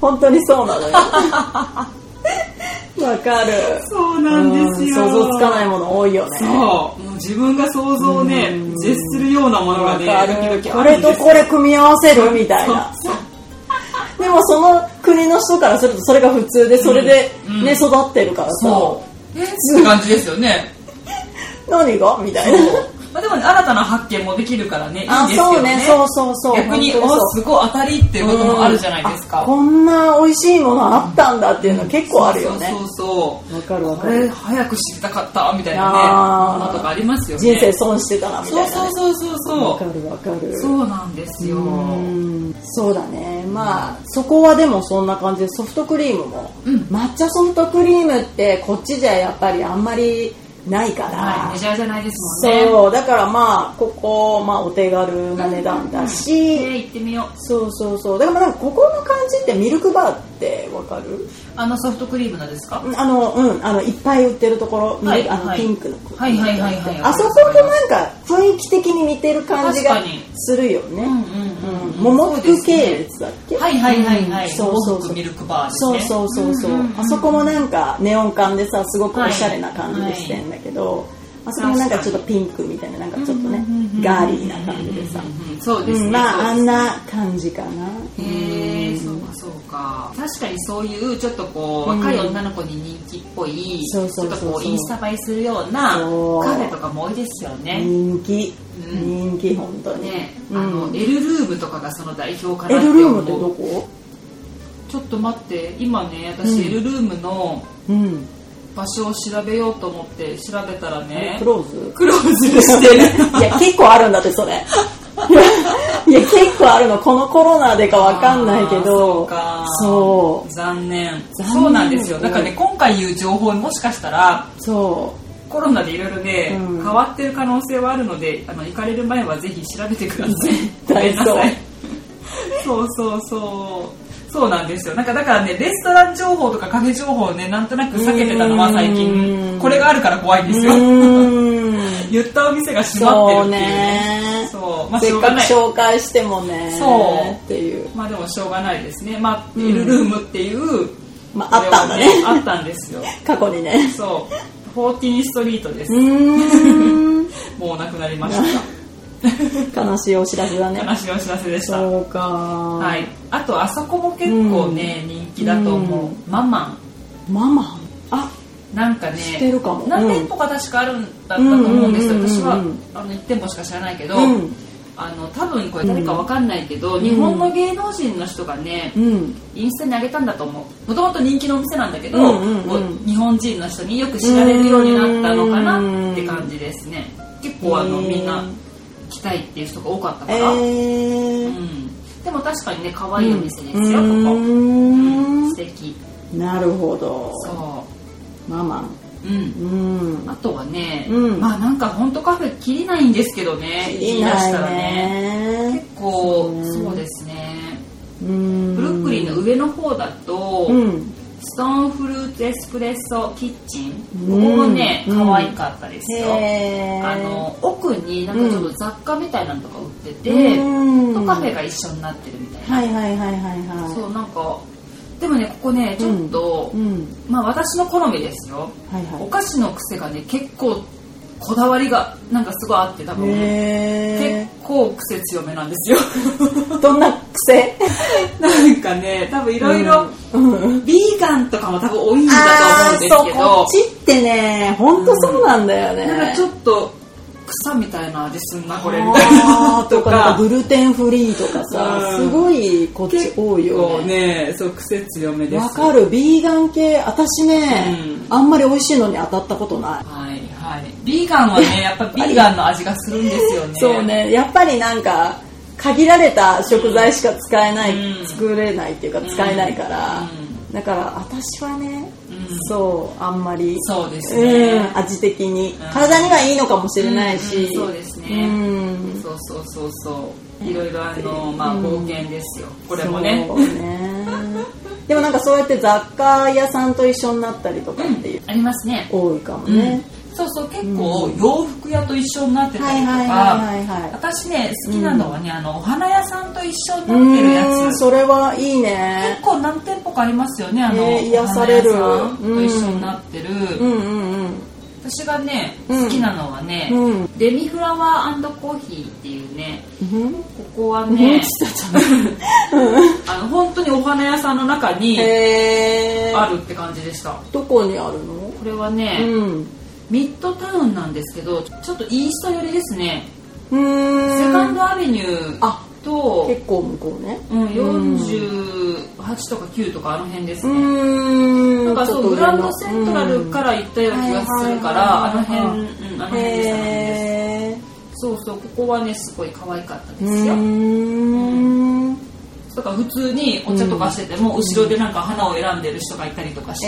[SPEAKER 2] 本当にそうな <laughs> のよわかる
[SPEAKER 1] そう
[SPEAKER 2] うん想像つかないもの多いよね
[SPEAKER 1] そうもう自分が想像をね絶するようなものが
[SPEAKER 2] わ
[SPEAKER 1] ね
[SPEAKER 2] か
[SPEAKER 1] ド
[SPEAKER 2] る
[SPEAKER 1] キドキ
[SPEAKER 2] こ
[SPEAKER 1] ある
[SPEAKER 2] れ
[SPEAKER 1] んで
[SPEAKER 2] と
[SPEAKER 1] す
[SPEAKER 2] これ組み合わせるみたいな
[SPEAKER 1] そう
[SPEAKER 2] でもその国の人からするとそれが普通でそれで
[SPEAKER 1] うん
[SPEAKER 2] ね育ってるからさ
[SPEAKER 1] そうえって感じですよね
[SPEAKER 2] 何がみたいな
[SPEAKER 1] まあ、でもね、新たな発見もできるからねいい
[SPEAKER 2] あ
[SPEAKER 1] です
[SPEAKER 2] そ
[SPEAKER 1] よ
[SPEAKER 2] う
[SPEAKER 1] ね
[SPEAKER 2] ねそうそうそう
[SPEAKER 1] 逆に
[SPEAKER 2] 本当
[SPEAKER 1] お
[SPEAKER 2] そう
[SPEAKER 1] すごい当たりっていうこともあるじゃないです
[SPEAKER 2] うんあ
[SPEAKER 1] か、
[SPEAKER 2] こんな美味しいものあったんだっていうの結構あるよね
[SPEAKER 1] そうそう
[SPEAKER 2] わかる
[SPEAKER 1] そう
[SPEAKER 2] わ
[SPEAKER 1] こ
[SPEAKER 2] か
[SPEAKER 1] れ
[SPEAKER 2] る
[SPEAKER 1] 早く知りたかったみたいな
[SPEAKER 2] あ
[SPEAKER 1] ね
[SPEAKER 2] ー
[SPEAKER 1] ものとかありますよね
[SPEAKER 2] 人生損してたなみたい
[SPEAKER 1] そ
[SPEAKER 2] な
[SPEAKER 1] う
[SPEAKER 2] ね
[SPEAKER 1] そうそうそう
[SPEAKER 2] わ
[SPEAKER 1] そ
[SPEAKER 2] か
[SPEAKER 1] う
[SPEAKER 2] るわかる
[SPEAKER 1] そうなんですよ
[SPEAKER 2] うんそうだねまあそこはでもそんな感じでソフトクリームも、
[SPEAKER 1] うん
[SPEAKER 2] 抹茶ソフトクリームってこっちじゃやっぱりあんまりないから、
[SPEAKER 1] はいメジャーじゃないですもんね
[SPEAKER 2] そうだからまあここ、まあ、お手軽な値段だし、
[SPEAKER 1] えー行ってみよう
[SPEAKER 2] そうそうそうだからなんかここの感じってミルクバーってわかる
[SPEAKER 1] あのソフトクリームのですか
[SPEAKER 2] あのうんあのいっぱい売ってるところ、ミルク
[SPEAKER 1] はい
[SPEAKER 2] あの、
[SPEAKER 1] はい
[SPEAKER 2] ピンクの
[SPEAKER 1] はいはいはいはい
[SPEAKER 2] あそことなんか雰囲気的に似てる感じが
[SPEAKER 1] 確かに
[SPEAKER 2] するよね、
[SPEAKER 1] うんうんうん
[SPEAKER 2] 桃
[SPEAKER 1] そうで
[SPEAKER 2] 福
[SPEAKER 1] すね
[SPEAKER 2] 系列だっけ、
[SPEAKER 1] はいはいはいはい
[SPEAKER 2] そうそう
[SPEAKER 1] モ
[SPEAKER 2] そ
[SPEAKER 1] モ
[SPEAKER 2] う
[SPEAKER 1] ミルクバーです
[SPEAKER 2] そう
[SPEAKER 1] ね
[SPEAKER 2] そうそうそう,、
[SPEAKER 1] んんん
[SPEAKER 2] あそこもなんかネオン管でさすごくおしゃれな感じでしてんだけど、あそこもなんかちょっとピンクみたいななんかちょっとね、
[SPEAKER 1] うんうんうんうん
[SPEAKER 2] ガーリーな感じでさ、
[SPEAKER 1] うんうんそうです
[SPEAKER 2] う
[SPEAKER 1] ね
[SPEAKER 2] んまあ
[SPEAKER 1] そ
[SPEAKER 2] あ
[SPEAKER 1] うです
[SPEAKER 2] んな感じかな
[SPEAKER 1] へえそうかそうか確かにそういうちょっとこう若い女の子に人気っぽいち
[SPEAKER 2] そ
[SPEAKER 1] ょ
[SPEAKER 2] うそ
[SPEAKER 1] っ
[SPEAKER 2] う
[SPEAKER 1] と
[SPEAKER 2] そうそう
[SPEAKER 1] こうインスタ映えするようなカフ
[SPEAKER 2] そう
[SPEAKER 1] ェとかも多いですよね
[SPEAKER 2] 人気、
[SPEAKER 1] うん
[SPEAKER 2] 人気本当に、
[SPEAKER 1] ねあ
[SPEAKER 2] うん
[SPEAKER 1] のエルルームとかがその代表か
[SPEAKER 2] エ
[SPEAKER 1] なって
[SPEAKER 2] ルルームって
[SPEAKER 1] 思
[SPEAKER 2] ど
[SPEAKER 1] う
[SPEAKER 2] こ
[SPEAKER 1] ちょっと待って今ね
[SPEAKER 2] う
[SPEAKER 1] 私
[SPEAKER 2] ん
[SPEAKER 1] エルルームの
[SPEAKER 2] うん
[SPEAKER 1] 場所を調べようと思って調べたらね
[SPEAKER 2] クローズ
[SPEAKER 1] クローズしてる
[SPEAKER 2] <laughs> いや結構あるんだってそれ <laughs> いや結構あるのこのコロナでかわかんないけ
[SPEAKER 1] そう
[SPEAKER 2] ど
[SPEAKER 1] か
[SPEAKER 2] そう
[SPEAKER 1] 残念
[SPEAKER 2] 残念
[SPEAKER 1] そうなんですよだからね今回言う情報もしかしたら
[SPEAKER 2] そ
[SPEAKER 1] コロナでいろいろね、
[SPEAKER 2] うん
[SPEAKER 1] 変わってる可能性はあるのであの行かれる前はぜひ調べてください
[SPEAKER 2] 絶対そう
[SPEAKER 1] ごめんなさい <laughs> そうそうそうそうなんですよなんかだからねレストラン情報とかカフェ情報をねなんとなく避けてたのは最
[SPEAKER 2] う
[SPEAKER 1] 近
[SPEAKER 2] ん
[SPEAKER 1] これがあるから怖いん
[SPEAKER 2] う
[SPEAKER 1] です
[SPEAKER 2] う
[SPEAKER 1] よ <laughs>
[SPEAKER 2] ーん
[SPEAKER 1] 言ったお店が閉まってるっていうね
[SPEAKER 2] そう
[SPEAKER 1] そうまあし
[SPEAKER 2] せ
[SPEAKER 1] ょ
[SPEAKER 2] っ
[SPEAKER 1] うが
[SPEAKER 2] かく
[SPEAKER 1] ない
[SPEAKER 2] 紹介してもね
[SPEAKER 1] そう
[SPEAKER 2] っていう、
[SPEAKER 1] まあでもしょうがないですねまあ、エルルームっていう
[SPEAKER 2] まあ、あったんだね
[SPEAKER 1] これはあったんですよ
[SPEAKER 2] <laughs> 過去にね
[SPEAKER 1] そう14ストリートです
[SPEAKER 2] う
[SPEAKER 1] <laughs>
[SPEAKER 2] ーん
[SPEAKER 1] もうなくなりました
[SPEAKER 2] 悲しいお知らせだね
[SPEAKER 1] 悲しいお知らせでした
[SPEAKER 2] そうかは
[SPEAKER 1] はい、あとあそこも結構ね、人気だと思う、
[SPEAKER 2] うん
[SPEAKER 1] ママ
[SPEAKER 2] ママあ
[SPEAKER 1] ンなんかね
[SPEAKER 2] 知ってるかも
[SPEAKER 1] 何店舗か確かあるんだったと思うんですよ、
[SPEAKER 2] うんうんうんうん
[SPEAKER 1] 私はあの1店舗しか知らないけど、
[SPEAKER 2] うん
[SPEAKER 1] あの多分これ誰かわかんないけど、日本の芸能人の人がね、
[SPEAKER 2] うん
[SPEAKER 1] インスタに上げたんだと思うもともと人気のお店なんだけど、
[SPEAKER 2] うんうんうん
[SPEAKER 1] こう日本人の人によく知られるようになったのかなって感じですね結構あの
[SPEAKER 2] へー
[SPEAKER 1] みんな来たいっていう人が多かった
[SPEAKER 2] え
[SPEAKER 1] から、う
[SPEAKER 2] ー
[SPEAKER 1] ん、でも確かにね可愛いお店ですよ、
[SPEAKER 2] うん
[SPEAKER 1] ここ、
[SPEAKER 2] うん
[SPEAKER 1] 素敵
[SPEAKER 2] なるほど
[SPEAKER 1] そ
[SPEAKER 2] ママ
[SPEAKER 1] ううん
[SPEAKER 2] ンうん
[SPEAKER 1] あとはね、
[SPEAKER 2] うん
[SPEAKER 1] まあなんかほんとカフェ切りないんですけどね
[SPEAKER 2] いい
[SPEAKER 1] 言出し
[SPEAKER 2] な
[SPEAKER 1] たら
[SPEAKER 2] い
[SPEAKER 1] ね
[SPEAKER 2] ね
[SPEAKER 1] 結構
[SPEAKER 2] うん
[SPEAKER 1] そうですね
[SPEAKER 2] ブ
[SPEAKER 1] ブルックリンの上の方だと、
[SPEAKER 2] うん
[SPEAKER 1] ストーンフルーツエスプレッソキッチンここ
[SPEAKER 2] うん
[SPEAKER 1] もね
[SPEAKER 2] うん
[SPEAKER 1] 可愛かったですよ、
[SPEAKER 2] へー
[SPEAKER 1] あの奥になんかちょっと雑貨みたいなのとか売ってて、
[SPEAKER 2] うん
[SPEAKER 1] とカフェが一緒になってるみたいな、
[SPEAKER 2] はいはいはいはいはい
[SPEAKER 1] そうなんかでもねここねちょっと、
[SPEAKER 2] うん
[SPEAKER 1] まあ私の好みですよ
[SPEAKER 2] はい
[SPEAKER 1] お
[SPEAKER 2] は
[SPEAKER 1] 菓子の癖がね結構こだわりがなんかすごいあって多
[SPEAKER 2] い
[SPEAKER 1] 分、
[SPEAKER 2] へ
[SPEAKER 1] 結構癖強めなん
[SPEAKER 2] <laughs>
[SPEAKER 1] ですよ
[SPEAKER 2] ーどんな癖
[SPEAKER 1] なんかね多分い
[SPEAKER 2] い
[SPEAKER 1] ろいろビーガンとかも多分多いんだと思うんですけ
[SPEAKER 2] こ
[SPEAKER 1] ど
[SPEAKER 2] っちってね本当そうなんだよね、
[SPEAKER 1] なんかちょっと草みたいな味すんなこれみたい
[SPEAKER 2] あ
[SPEAKER 1] な
[SPEAKER 2] ーと
[SPEAKER 1] と
[SPEAKER 2] かなん
[SPEAKER 1] か
[SPEAKER 2] かグルテンフリーとかさ、
[SPEAKER 1] うん
[SPEAKER 2] すごいこっち多いよね
[SPEAKER 1] ねそう癖強めです
[SPEAKER 2] わかるビーガン系私ね、
[SPEAKER 1] う
[SPEAKER 2] あんまり美味しいのに当たったことない、
[SPEAKER 1] はいはいビーガンはねやっぱビーガンの味がするんですよね
[SPEAKER 2] <laughs> そうねやっぱりなんか限られた食材しか使えない、
[SPEAKER 1] うん
[SPEAKER 2] 作れないっていうか使えないから、
[SPEAKER 1] うん
[SPEAKER 2] だから私はね、
[SPEAKER 1] うん
[SPEAKER 2] そうあんまり
[SPEAKER 1] そうですね
[SPEAKER 2] うん味的に、
[SPEAKER 1] ん
[SPEAKER 2] 体にはいいのかもしれないし、
[SPEAKER 1] うんうんそうですね
[SPEAKER 2] うん
[SPEAKER 1] そうそうそうそういろいろあの、まあ、冒険ですよ、これもね
[SPEAKER 2] そうねでもなんかそうやって雑貨屋さんと一緒になったりとかっていう、
[SPEAKER 1] ありますね
[SPEAKER 2] 多いかもね、
[SPEAKER 1] うん、そうそう結構洋服屋と一緒になってたりとか、
[SPEAKER 2] はいはいはいはいはい
[SPEAKER 1] 私ね好きなのはね、あのお花屋さんと一緒になってるや
[SPEAKER 2] うーん
[SPEAKER 1] つ
[SPEAKER 2] それはいいね
[SPEAKER 1] 結構何店舗かありますよねあの、
[SPEAKER 2] ね癒される
[SPEAKER 1] お花屋さんと一緒になってる、
[SPEAKER 2] うんうんうん
[SPEAKER 1] 私がね
[SPEAKER 2] うん
[SPEAKER 1] 好きなのはね、
[SPEAKER 2] うん
[SPEAKER 1] デミフラワーコーヒーっていうね
[SPEAKER 2] うん
[SPEAKER 1] ここはね、
[SPEAKER 2] う
[SPEAKER 1] <laughs> あの本当にお花屋さんの中に
[SPEAKER 2] んへ
[SPEAKER 1] あ
[SPEAKER 2] ー
[SPEAKER 1] るって感じでした
[SPEAKER 2] どこにあるの
[SPEAKER 1] これはね、
[SPEAKER 2] うん
[SPEAKER 1] ミッドタウンなんですけどちょっとイースト寄りですね、
[SPEAKER 2] うーん
[SPEAKER 1] セカンドアベニュー
[SPEAKER 2] あ
[SPEAKER 1] と
[SPEAKER 2] 結構向こうね
[SPEAKER 1] うん、
[SPEAKER 2] う
[SPEAKER 1] 48とか9とかあの辺です
[SPEAKER 2] ー
[SPEAKER 1] ね、
[SPEAKER 2] ん
[SPEAKER 1] なんかそ
[SPEAKER 2] ち
[SPEAKER 1] う
[SPEAKER 2] ょっと
[SPEAKER 1] グランドセントラル
[SPEAKER 2] うん
[SPEAKER 1] から行ったような気がするからあの辺、うん、あの辺でしたあの辺です
[SPEAKER 2] へー
[SPEAKER 1] そうそうここはねすごい可愛かった
[SPEAKER 2] う
[SPEAKER 1] ですよ、
[SPEAKER 2] ーん
[SPEAKER 1] だから普通にお茶とかしてても、後ろでなんか花を選んでる人がいたりとかして、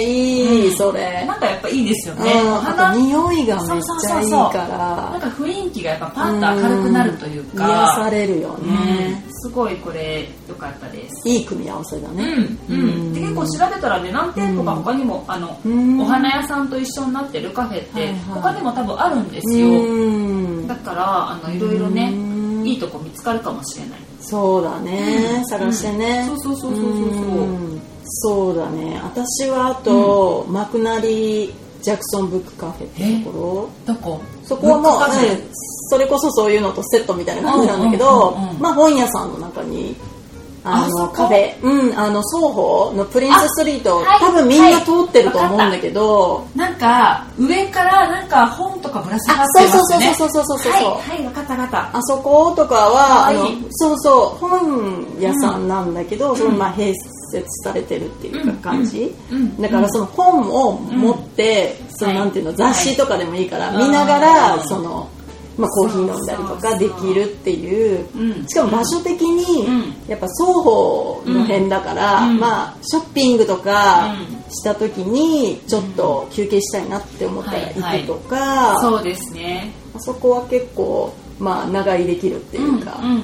[SPEAKER 2] えー、いい、
[SPEAKER 1] うん
[SPEAKER 2] それ
[SPEAKER 1] なんかやっぱいいですよ
[SPEAKER 2] うん
[SPEAKER 1] ね、お
[SPEAKER 2] あ
[SPEAKER 1] 花
[SPEAKER 2] と匂いがめっちゃいいか
[SPEAKER 1] なん
[SPEAKER 2] ら
[SPEAKER 1] か雰囲気がやっぱパンと明るくなるというか
[SPEAKER 2] ん癒されるよ
[SPEAKER 1] ね
[SPEAKER 2] ね、
[SPEAKER 1] すごいこれ良かったです
[SPEAKER 2] いい組み合わせだ
[SPEAKER 1] う
[SPEAKER 2] ね
[SPEAKER 1] んう
[SPEAKER 2] うん
[SPEAKER 1] ん、で結構調べたらね何店舗か他にも、あの
[SPEAKER 2] うん
[SPEAKER 1] お花屋さんと一緒になってるカフェって、
[SPEAKER 2] はいはい
[SPEAKER 1] 他にも多分あるんですよ、
[SPEAKER 2] うん
[SPEAKER 1] だからあのいろいろね
[SPEAKER 2] うん
[SPEAKER 1] いいとこ見つかるかもしれない
[SPEAKER 2] そうだね、
[SPEAKER 1] うん
[SPEAKER 2] 探してね、
[SPEAKER 1] うんそうそうそうそうそうそうん
[SPEAKER 2] そうだね私はあと、マクナリジャクソンブックカフェってところ
[SPEAKER 1] どこ
[SPEAKER 2] そこはもう、
[SPEAKER 1] ブックカフェ
[SPEAKER 2] うんそれこそそういうのとセットみたいな感じなんだけど、
[SPEAKER 1] うんうんうんうん
[SPEAKER 2] まあ本屋さんの中にあ
[SPEAKER 1] あそ
[SPEAKER 2] の
[SPEAKER 1] こ
[SPEAKER 2] カフェ、うん、あの双方のプリンスストリート、
[SPEAKER 1] あはい
[SPEAKER 2] 多分みんな通ってると思うんだけど、
[SPEAKER 1] なんか上からなんか本とかぶら下が
[SPEAKER 2] あ
[SPEAKER 1] って
[SPEAKER 2] そう
[SPEAKER 1] ます
[SPEAKER 2] そうそ
[SPEAKER 1] よ
[SPEAKER 2] う
[SPEAKER 1] ね
[SPEAKER 2] そうそうそうそう、
[SPEAKER 1] はいはいわかったわかっ
[SPEAKER 2] あそことか
[SPEAKER 1] かわ
[SPEAKER 2] は
[SPEAKER 1] いい
[SPEAKER 2] あのそうそう本屋さんなんだけど、そのまあ併設されてるっていうか
[SPEAKER 1] うん
[SPEAKER 2] 感じ、
[SPEAKER 1] うんうん
[SPEAKER 2] だからその本を持って、その
[SPEAKER 1] はい
[SPEAKER 2] なんていうの雑誌とかでもいいから、
[SPEAKER 1] はい
[SPEAKER 2] 見なが
[SPEAKER 1] うん
[SPEAKER 2] らその、まあ、コーヒー飲んだり
[SPEAKER 1] そ
[SPEAKER 2] とか
[SPEAKER 1] うそう
[SPEAKER 2] で
[SPEAKER 1] そう
[SPEAKER 2] きるっていう
[SPEAKER 1] うん
[SPEAKER 2] しかも場所的に、
[SPEAKER 1] う
[SPEAKER 2] やっぱ双方の辺だから、
[SPEAKER 1] うん
[SPEAKER 2] まあ、ショッピングとか
[SPEAKER 1] う
[SPEAKER 2] した時にちょっと休憩したいなって思ったら行くとか。
[SPEAKER 1] たそうですね
[SPEAKER 2] あそこは結構まあ長居できるっていうか、
[SPEAKER 1] んうんうん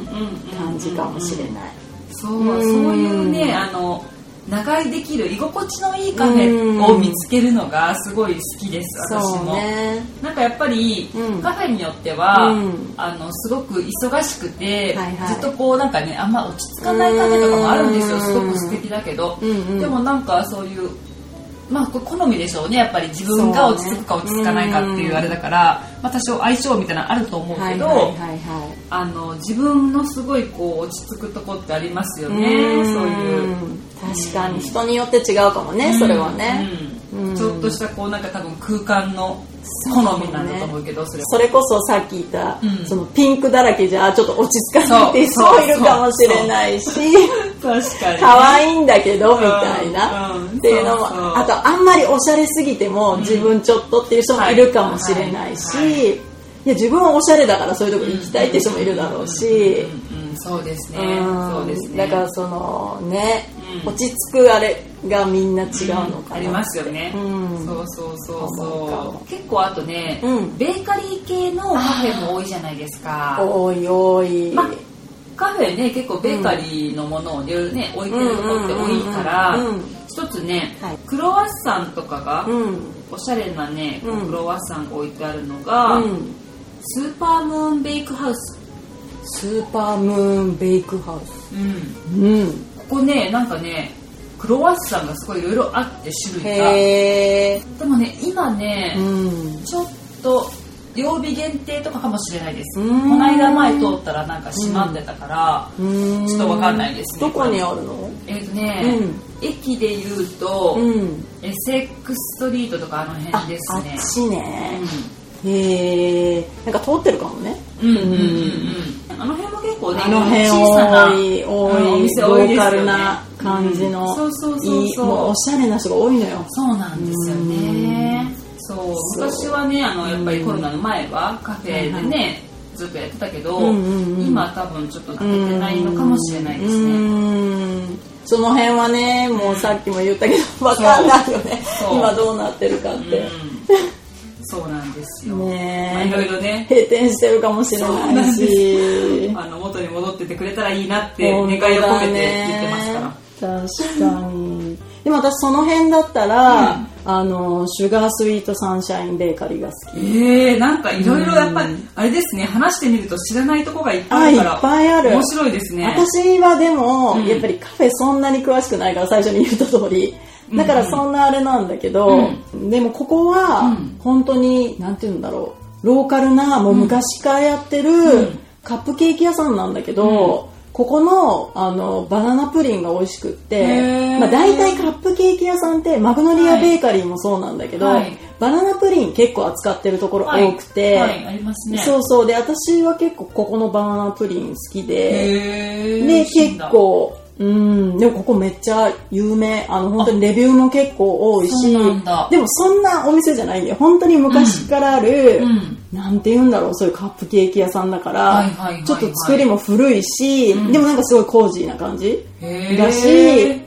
[SPEAKER 2] 感じかもしれない、
[SPEAKER 1] そう
[SPEAKER 2] うん
[SPEAKER 1] そういうねあの長居できる居心地のいいカフェを見つけるのがすごい好きです私
[SPEAKER 2] そう
[SPEAKER 1] も、
[SPEAKER 2] ね
[SPEAKER 1] なんかやっぱり、
[SPEAKER 2] うん
[SPEAKER 1] カフェによっては、
[SPEAKER 2] うん
[SPEAKER 1] あのすごく忙しくて、
[SPEAKER 2] はいはい
[SPEAKER 1] ずっとこうなんかねあんま落ち着かないカフェとかもあるんですよ
[SPEAKER 2] うん
[SPEAKER 1] すごく素敵だけど、
[SPEAKER 2] うんうん
[SPEAKER 1] でもなんかそういうまあこれ好みでしょうねやっぱり自分が落ち着くか
[SPEAKER 2] そう
[SPEAKER 1] 落
[SPEAKER 2] ね
[SPEAKER 1] ち着かないかっていうあれだから、まあ、多少相性みたいなのあると思う
[SPEAKER 2] は
[SPEAKER 1] け
[SPEAKER 2] い
[SPEAKER 1] ど、
[SPEAKER 2] はいはいは
[SPEAKER 1] あの自分のすごいこう落ち着くとこってありますよ
[SPEAKER 2] い
[SPEAKER 1] ね
[SPEAKER 2] ん
[SPEAKER 1] そういう
[SPEAKER 2] 確かに人によって違うかもね、それはね、、
[SPEAKER 1] うん
[SPEAKER 2] うん
[SPEAKER 1] ちょっとしたこうなんか多分空間の好みなんだと思うけどそれは
[SPEAKER 2] それこそさっき言った、
[SPEAKER 1] うん
[SPEAKER 2] そのピンクだらけじゃちょっと落ち着かないっていう人
[SPEAKER 1] そう
[SPEAKER 2] もいるかもしれないし
[SPEAKER 1] 確かに
[SPEAKER 2] 可愛いんだけどみたいな、
[SPEAKER 1] うんうん
[SPEAKER 2] っていうのも
[SPEAKER 1] そうそう
[SPEAKER 2] あとあんまりおしゃれすぎても自分ちょっとっていう人もいるかもしれないし、
[SPEAKER 1] はいはい
[SPEAKER 2] いや自分はおしゃれだからそういうとこ行きたいって人もいるだろうし、
[SPEAKER 1] うんうん、そうですね、
[SPEAKER 2] うん
[SPEAKER 1] そうですね
[SPEAKER 2] だからそのね、
[SPEAKER 1] うん
[SPEAKER 2] 落ち着くあれがみんな違うのかな、
[SPEAKER 1] ありますよね、
[SPEAKER 2] うん
[SPEAKER 1] そうそうそう
[SPEAKER 2] 思うかも
[SPEAKER 1] そう結構あとね、
[SPEAKER 2] うん
[SPEAKER 1] ベーカリー系のカフェも多いじゃないですか
[SPEAKER 2] おいおい、
[SPEAKER 1] まあカフェね結構ベーカリーのものを、ね置いてるとこって多いから、
[SPEAKER 2] うんうんうんうん
[SPEAKER 1] 一つね、
[SPEAKER 2] はい
[SPEAKER 1] クロワッサンとかが、
[SPEAKER 2] うん
[SPEAKER 1] おしゃれなね、こう
[SPEAKER 2] うん
[SPEAKER 1] クロワッサンが置いてあるのが、
[SPEAKER 2] うん
[SPEAKER 1] スーパームーンベイクハウス、
[SPEAKER 2] スーパームーンベイクハウスうん
[SPEAKER 1] ここねなんかねクロワッサンがすごいいろいろあって種類が
[SPEAKER 2] へえ
[SPEAKER 1] でもね今ね、
[SPEAKER 2] うん
[SPEAKER 1] ちょっと曜日限定とかかもしれないです
[SPEAKER 2] う
[SPEAKER 1] こ
[SPEAKER 2] ーん
[SPEAKER 1] の間前通ったらなんか閉まってたから、
[SPEAKER 2] ち
[SPEAKER 1] ちょっとわかんないですね
[SPEAKER 2] どこにあるの
[SPEAKER 1] えっ、とね、
[SPEAKER 2] うん
[SPEAKER 1] 駅で言うと、
[SPEAKER 2] うん
[SPEAKER 1] エセックストリートとかあの
[SPEAKER 2] あ
[SPEAKER 1] 辺です
[SPEAKER 2] あ
[SPEAKER 1] ね
[SPEAKER 2] っちねへえんか通ってるかもね
[SPEAKER 1] うんうんうんうんうんあの辺も結構ね
[SPEAKER 2] あの辺
[SPEAKER 1] 小さな
[SPEAKER 2] 多い多
[SPEAKER 1] うんお
[SPEAKER 2] い
[SPEAKER 1] 店
[SPEAKER 2] ロ
[SPEAKER 1] 多いです
[SPEAKER 2] ーカ
[SPEAKER 1] よね
[SPEAKER 2] ルな感じの
[SPEAKER 1] うんそうそうそうそう
[SPEAKER 2] いいもうおしゃれな人が多いのよ
[SPEAKER 1] そうなんですよねそう
[SPEAKER 2] そう
[SPEAKER 1] 昔はねあのやっぱりコロナの前はカフェでねずっとやってたけど、
[SPEAKER 2] うんうんうん
[SPEAKER 1] 今多分ちょっと開けてないのかもしれないですね、
[SPEAKER 2] うんその辺はねもうさっきも言ったけどわかんないよね
[SPEAKER 1] そうそう
[SPEAKER 2] 今どうなってるかって、
[SPEAKER 1] うんそうなんですよ。
[SPEAKER 2] ねえ
[SPEAKER 1] まあいろいろね、
[SPEAKER 2] 閉店してるかもしれ
[SPEAKER 1] そう
[SPEAKER 2] な
[SPEAKER 1] ないん
[SPEAKER 2] し
[SPEAKER 1] あの元に戻っててくれたらいいなって願
[SPEAKER 2] 本
[SPEAKER 1] いを
[SPEAKER 2] 当
[SPEAKER 1] 込
[SPEAKER 2] だ
[SPEAKER 1] めて
[SPEAKER 2] ね
[SPEAKER 1] 言ってますから。
[SPEAKER 2] 確かにでも私その辺だったら、あのシュガースイートサンシャインベーカリーが好き
[SPEAKER 1] ええなんかいろいろやっぱり、あれですね、話してみると知らないとこがいっぱいあるから、
[SPEAKER 2] あいっぱいある
[SPEAKER 1] 面白いですね。
[SPEAKER 2] 私はでも、
[SPEAKER 1] うん
[SPEAKER 2] やっぱりカフェそんなに詳しくないから最初に言った通りだからそんなあれなんだけど、でもこ
[SPEAKER 1] う
[SPEAKER 2] こは
[SPEAKER 1] ん
[SPEAKER 2] 本当に何て言うんだろうローカルなもう昔からやってる
[SPEAKER 1] ん
[SPEAKER 2] カップケーキ屋さんなんだけど、ここのあのバナナプリンが美味しくっ
[SPEAKER 1] へ
[SPEAKER 2] て、
[SPEAKER 1] ー
[SPEAKER 2] まあ、大体カップケーキ屋さんってマグノリアベーカリーもそうなんだけど、
[SPEAKER 1] はい
[SPEAKER 2] バナナプリン結構扱ってるところ
[SPEAKER 1] はい
[SPEAKER 2] 多くて、
[SPEAKER 1] はい、ありますね。
[SPEAKER 2] そうそうで私は結構ここのバナナプリン好きで、
[SPEAKER 1] へえ
[SPEAKER 2] で結構うんでもここめっちゃ有名あの本当にレビューも結構多い
[SPEAKER 1] そう
[SPEAKER 2] し
[SPEAKER 1] なんだ
[SPEAKER 2] でもそんなお店じゃないんだよ本当に昔からある、
[SPEAKER 1] うんうん
[SPEAKER 2] なんて言うんだろうそういうカップケーキ屋さんだから、
[SPEAKER 1] はいはいはいはい
[SPEAKER 2] ちょっと作りも古いし、
[SPEAKER 1] うん
[SPEAKER 2] でもなんかすごいコージーな感じ
[SPEAKER 1] へえ
[SPEAKER 2] だし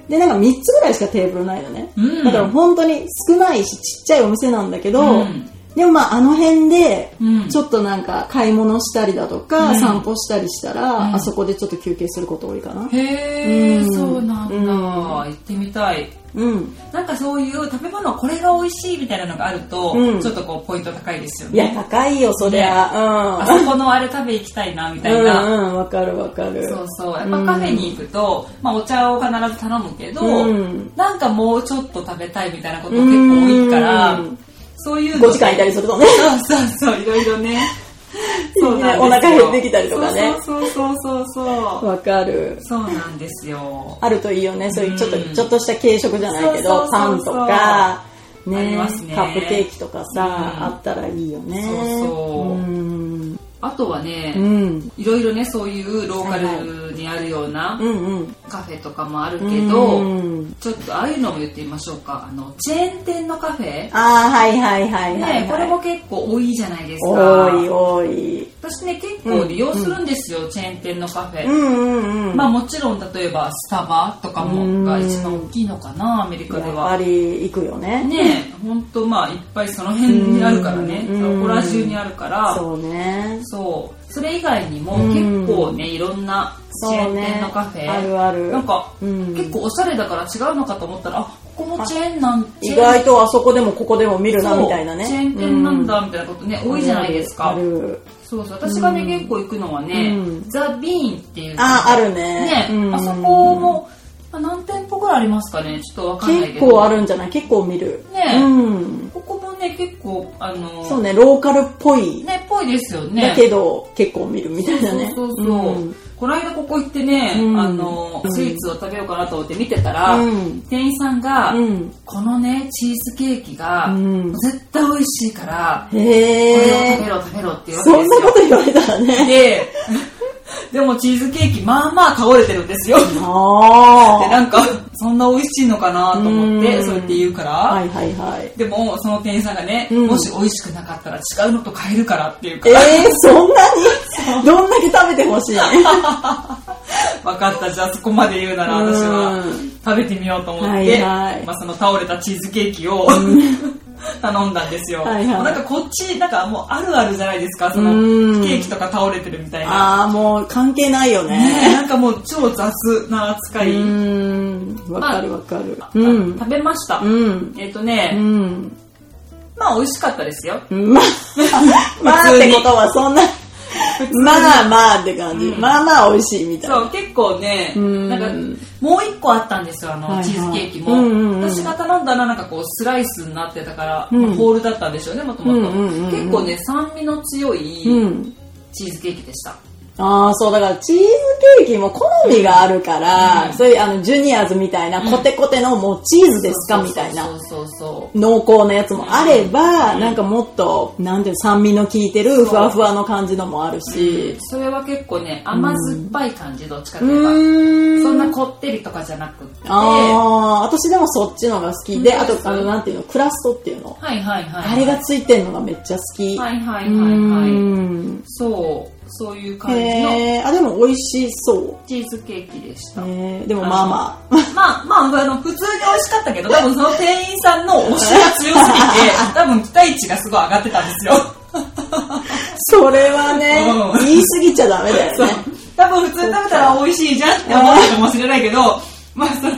[SPEAKER 2] でなんか3つぐらいしかテーブルないのね、
[SPEAKER 1] うん
[SPEAKER 2] だから本当に少ないしちっちゃいお店なんだけど、
[SPEAKER 1] うん
[SPEAKER 2] でもまああの辺で
[SPEAKER 1] うん
[SPEAKER 2] ちょっとなんか買い物したりだとか、
[SPEAKER 1] うん
[SPEAKER 2] 散歩したりしたら、
[SPEAKER 1] うん
[SPEAKER 2] あそこでちょっと休憩すること多いかな。
[SPEAKER 1] へえ、
[SPEAKER 2] うん
[SPEAKER 1] そうなんだ、
[SPEAKER 2] うん
[SPEAKER 1] 行ってみたい
[SPEAKER 2] うん。
[SPEAKER 1] なんかそういう食べ物これが美味しいみたいなのがあると、
[SPEAKER 2] うん
[SPEAKER 1] ちょっとこうポイント高いですよ
[SPEAKER 2] いや、
[SPEAKER 1] ね
[SPEAKER 2] 高いよ、そりゃ。
[SPEAKER 1] あそこのあれ食べ行きたいなみ
[SPEAKER 2] う
[SPEAKER 1] た
[SPEAKER 2] ん。
[SPEAKER 1] いな、
[SPEAKER 2] うんうん、わかるわかる。
[SPEAKER 1] そうそうやっぱカフェに行くと、まあ、お茶を必ず頼むけど、
[SPEAKER 2] うん
[SPEAKER 1] なんかもうちょっと食べたいみたいなこと結構多いから、
[SPEAKER 2] うん
[SPEAKER 1] そういうの
[SPEAKER 2] 5時間いたりするとね。
[SPEAKER 1] そうそうそういろいろねそうなんですよ
[SPEAKER 2] <laughs> お腹減ってきたりとかね
[SPEAKER 1] そうそうそうそうそう
[SPEAKER 2] わかる。
[SPEAKER 1] そうなんですよ
[SPEAKER 2] あるといいよね、そういうちょっと、
[SPEAKER 1] うん
[SPEAKER 2] ちょっとした軽食じゃないけ
[SPEAKER 1] そうそうそうそ
[SPEAKER 2] ど、
[SPEAKER 1] う
[SPEAKER 2] パンとか、
[SPEAKER 1] あり
[SPEAKER 2] ね
[SPEAKER 1] ますね
[SPEAKER 2] カップケーキとかさ、
[SPEAKER 1] うん
[SPEAKER 2] あったらいいよね。
[SPEAKER 1] そうそう
[SPEAKER 2] うん。
[SPEAKER 1] あとはね、
[SPEAKER 2] うん。
[SPEAKER 1] いろいろねそういうローカルにあるような
[SPEAKER 2] うんうん。
[SPEAKER 1] カフェとかもあるけど、
[SPEAKER 2] うん
[SPEAKER 1] ちょっとああいうのも言ってみましょうかあのチェーン店のカフェ、
[SPEAKER 2] ああ、はいはいはいはい、はい
[SPEAKER 1] ね、これも結構多いじゃないですか
[SPEAKER 2] 多い多い。
[SPEAKER 1] 私ね結構利用するんですよ、チェーン店のカフェ、
[SPEAKER 2] うんうんうん。
[SPEAKER 1] まあもちろん例えばスタバとかもが一番大きいのかなアメリカで
[SPEAKER 2] やっぱ
[SPEAKER 1] は
[SPEAKER 2] り行くよね。
[SPEAKER 1] ね本当まあいっぱいその辺にあるからね
[SPEAKER 2] うん
[SPEAKER 1] そこら中にあるから
[SPEAKER 2] そうね。
[SPEAKER 1] そうそれ以外にも
[SPEAKER 2] うん
[SPEAKER 1] 結構ねいろんなチェーン店のカフェ、
[SPEAKER 2] あるある。
[SPEAKER 1] なんか、
[SPEAKER 2] うん
[SPEAKER 1] 結構おしゃれだから違うのかと思ったらあここもチェーンなんチェー
[SPEAKER 2] 意
[SPEAKER 1] ン
[SPEAKER 2] 外とあそこでもここでも見るな
[SPEAKER 1] そう
[SPEAKER 2] みたいなね。
[SPEAKER 1] チェーン店なんだみたいなことね、
[SPEAKER 2] うん。
[SPEAKER 1] 多いじゃないですか
[SPEAKER 2] ある。
[SPEAKER 1] そうそう私がね、結構行くのはね、
[SPEAKER 2] うん
[SPEAKER 1] ザ・ビーンっていう
[SPEAKER 2] あ、あるね。
[SPEAKER 1] ね、
[SPEAKER 2] うん
[SPEAKER 1] あそこ。もあ何店舗ぐらいありますかねちょっとわかんない
[SPEAKER 2] 結
[SPEAKER 1] けど
[SPEAKER 2] 構あるんじゃない結構見る。
[SPEAKER 1] ね
[SPEAKER 2] うん。
[SPEAKER 1] ここもね結構あの
[SPEAKER 2] そうね、ローカルっぽい。
[SPEAKER 1] ねっぽいですよね
[SPEAKER 2] だけど、結構見るみたいなね。
[SPEAKER 1] そうそうそう、
[SPEAKER 2] うん
[SPEAKER 1] この間ここ行ってね、
[SPEAKER 2] うん
[SPEAKER 1] あの
[SPEAKER 2] うん
[SPEAKER 1] スイーツを食べようかなと思って見てたら、
[SPEAKER 2] うん
[SPEAKER 1] 店員さんが、
[SPEAKER 2] うん
[SPEAKER 1] このねチーズケーキが、
[SPEAKER 2] うん
[SPEAKER 1] 絶対美味しいから、これを
[SPEAKER 2] へ
[SPEAKER 1] 食べ
[SPEAKER 2] え。
[SPEAKER 1] ろ食べろって言うわけ
[SPEAKER 2] そんな
[SPEAKER 1] ですよ
[SPEAKER 2] こと言われたらね。
[SPEAKER 1] ででもチーズケーキまあまあ倒れてるんですよ
[SPEAKER 2] あ
[SPEAKER 1] で
[SPEAKER 2] あ。
[SPEAKER 1] なんかそんな美味しいのかなと思って
[SPEAKER 2] うん
[SPEAKER 1] そうやって言うから、
[SPEAKER 2] はいはいはい。
[SPEAKER 1] でもその店員さんがね、
[SPEAKER 2] うん
[SPEAKER 1] もし美味しくなかったら違うのと買えるからっていうか
[SPEAKER 2] えー
[SPEAKER 1] ら、、 <laughs>
[SPEAKER 2] そんなにどんだけ食べてほしいは
[SPEAKER 1] 分かったじゃあそこまで言うなら私は
[SPEAKER 2] うん
[SPEAKER 1] 食べてみようと思って、
[SPEAKER 2] はいはい
[SPEAKER 1] まあ、その倒れたチーズケーキを、 <laughs> 頼んだんですよ、
[SPEAKER 2] はいはい
[SPEAKER 1] もうなんかこっちなんかもうあるあるじゃないですかその
[SPEAKER 2] うん
[SPEAKER 1] ケーキとか倒れてるみたいな、
[SPEAKER 2] ああ、もう関係ないよね。
[SPEAKER 1] ねなんかもう超雑な扱い、
[SPEAKER 2] うーん。わかるわかる。
[SPEAKER 1] あ
[SPEAKER 2] うん。
[SPEAKER 1] 食べました、
[SPEAKER 2] うん。
[SPEAKER 1] えっ、と
[SPEAKER 2] う
[SPEAKER 1] ね、
[SPEAKER 2] ん。
[SPEAKER 1] まあ美味しかったですよ <laughs>
[SPEAKER 2] まあ、まあってことはそんな、まあまあって感じ。
[SPEAKER 1] うん
[SPEAKER 2] まあまあ美味しいみたいな。
[SPEAKER 1] そう結構ね
[SPEAKER 2] うん
[SPEAKER 1] なんかもう一個あったんですよあの、
[SPEAKER 2] はいはい
[SPEAKER 1] チーズケーキも、
[SPEAKER 2] うんうんうん
[SPEAKER 1] 私が頼んだらなんかこうスライスになってたから、
[SPEAKER 2] うん
[SPEAKER 1] まあホールだったんでしょうねもともと
[SPEAKER 2] うんうんうんうん
[SPEAKER 1] 結構ね酸味の強い
[SPEAKER 2] うん。
[SPEAKER 1] チーズケーキでした、
[SPEAKER 2] ああ、そう、だからチーズケーキも好みがあるから、
[SPEAKER 1] うん
[SPEAKER 2] そういうあの、ジュニアーズみたいな、コテコテのもうチーズですかみたいな
[SPEAKER 1] そ。うそうそう
[SPEAKER 2] 濃厚なやつもあれば、なんかもっと、なんていうの酸味の効いてる、ふわふわの感じのもある
[SPEAKER 1] そう
[SPEAKER 2] し。
[SPEAKER 1] それは結構ね甘酸っぱい感じどっちかと
[SPEAKER 2] う
[SPEAKER 1] いえば、
[SPEAKER 2] ーん。
[SPEAKER 1] そんなこってりとかじゃなくっては
[SPEAKER 2] ああ、私でもそっちのが好きで、
[SPEAKER 1] 本
[SPEAKER 2] あ
[SPEAKER 1] 当です
[SPEAKER 2] と、あの、なんていうの、クラストっていうの。
[SPEAKER 1] いはいはい
[SPEAKER 2] あれがついてるのがめっちゃ好き。
[SPEAKER 1] はいは
[SPEAKER 2] う
[SPEAKER 1] いはい
[SPEAKER 2] ー
[SPEAKER 1] はいはい
[SPEAKER 2] ん
[SPEAKER 1] そうそういう感じの
[SPEAKER 2] へえあでも美味しそう
[SPEAKER 1] チーズケーキでした、
[SPEAKER 2] えーでもまあまあ
[SPEAKER 1] まあまああの普通に美味しかったけど多分その店員さんの推しが強す
[SPEAKER 2] <laughs>
[SPEAKER 1] ぎて多分期待値がすごい上がってたんですよ
[SPEAKER 2] <laughs> それはね
[SPEAKER 1] うん
[SPEAKER 2] 言い過ぎちゃダメだよ
[SPEAKER 1] そう
[SPEAKER 2] ね
[SPEAKER 1] 多分普通に食べたら美味しいじゃんって思ったかもしれないけどまあその期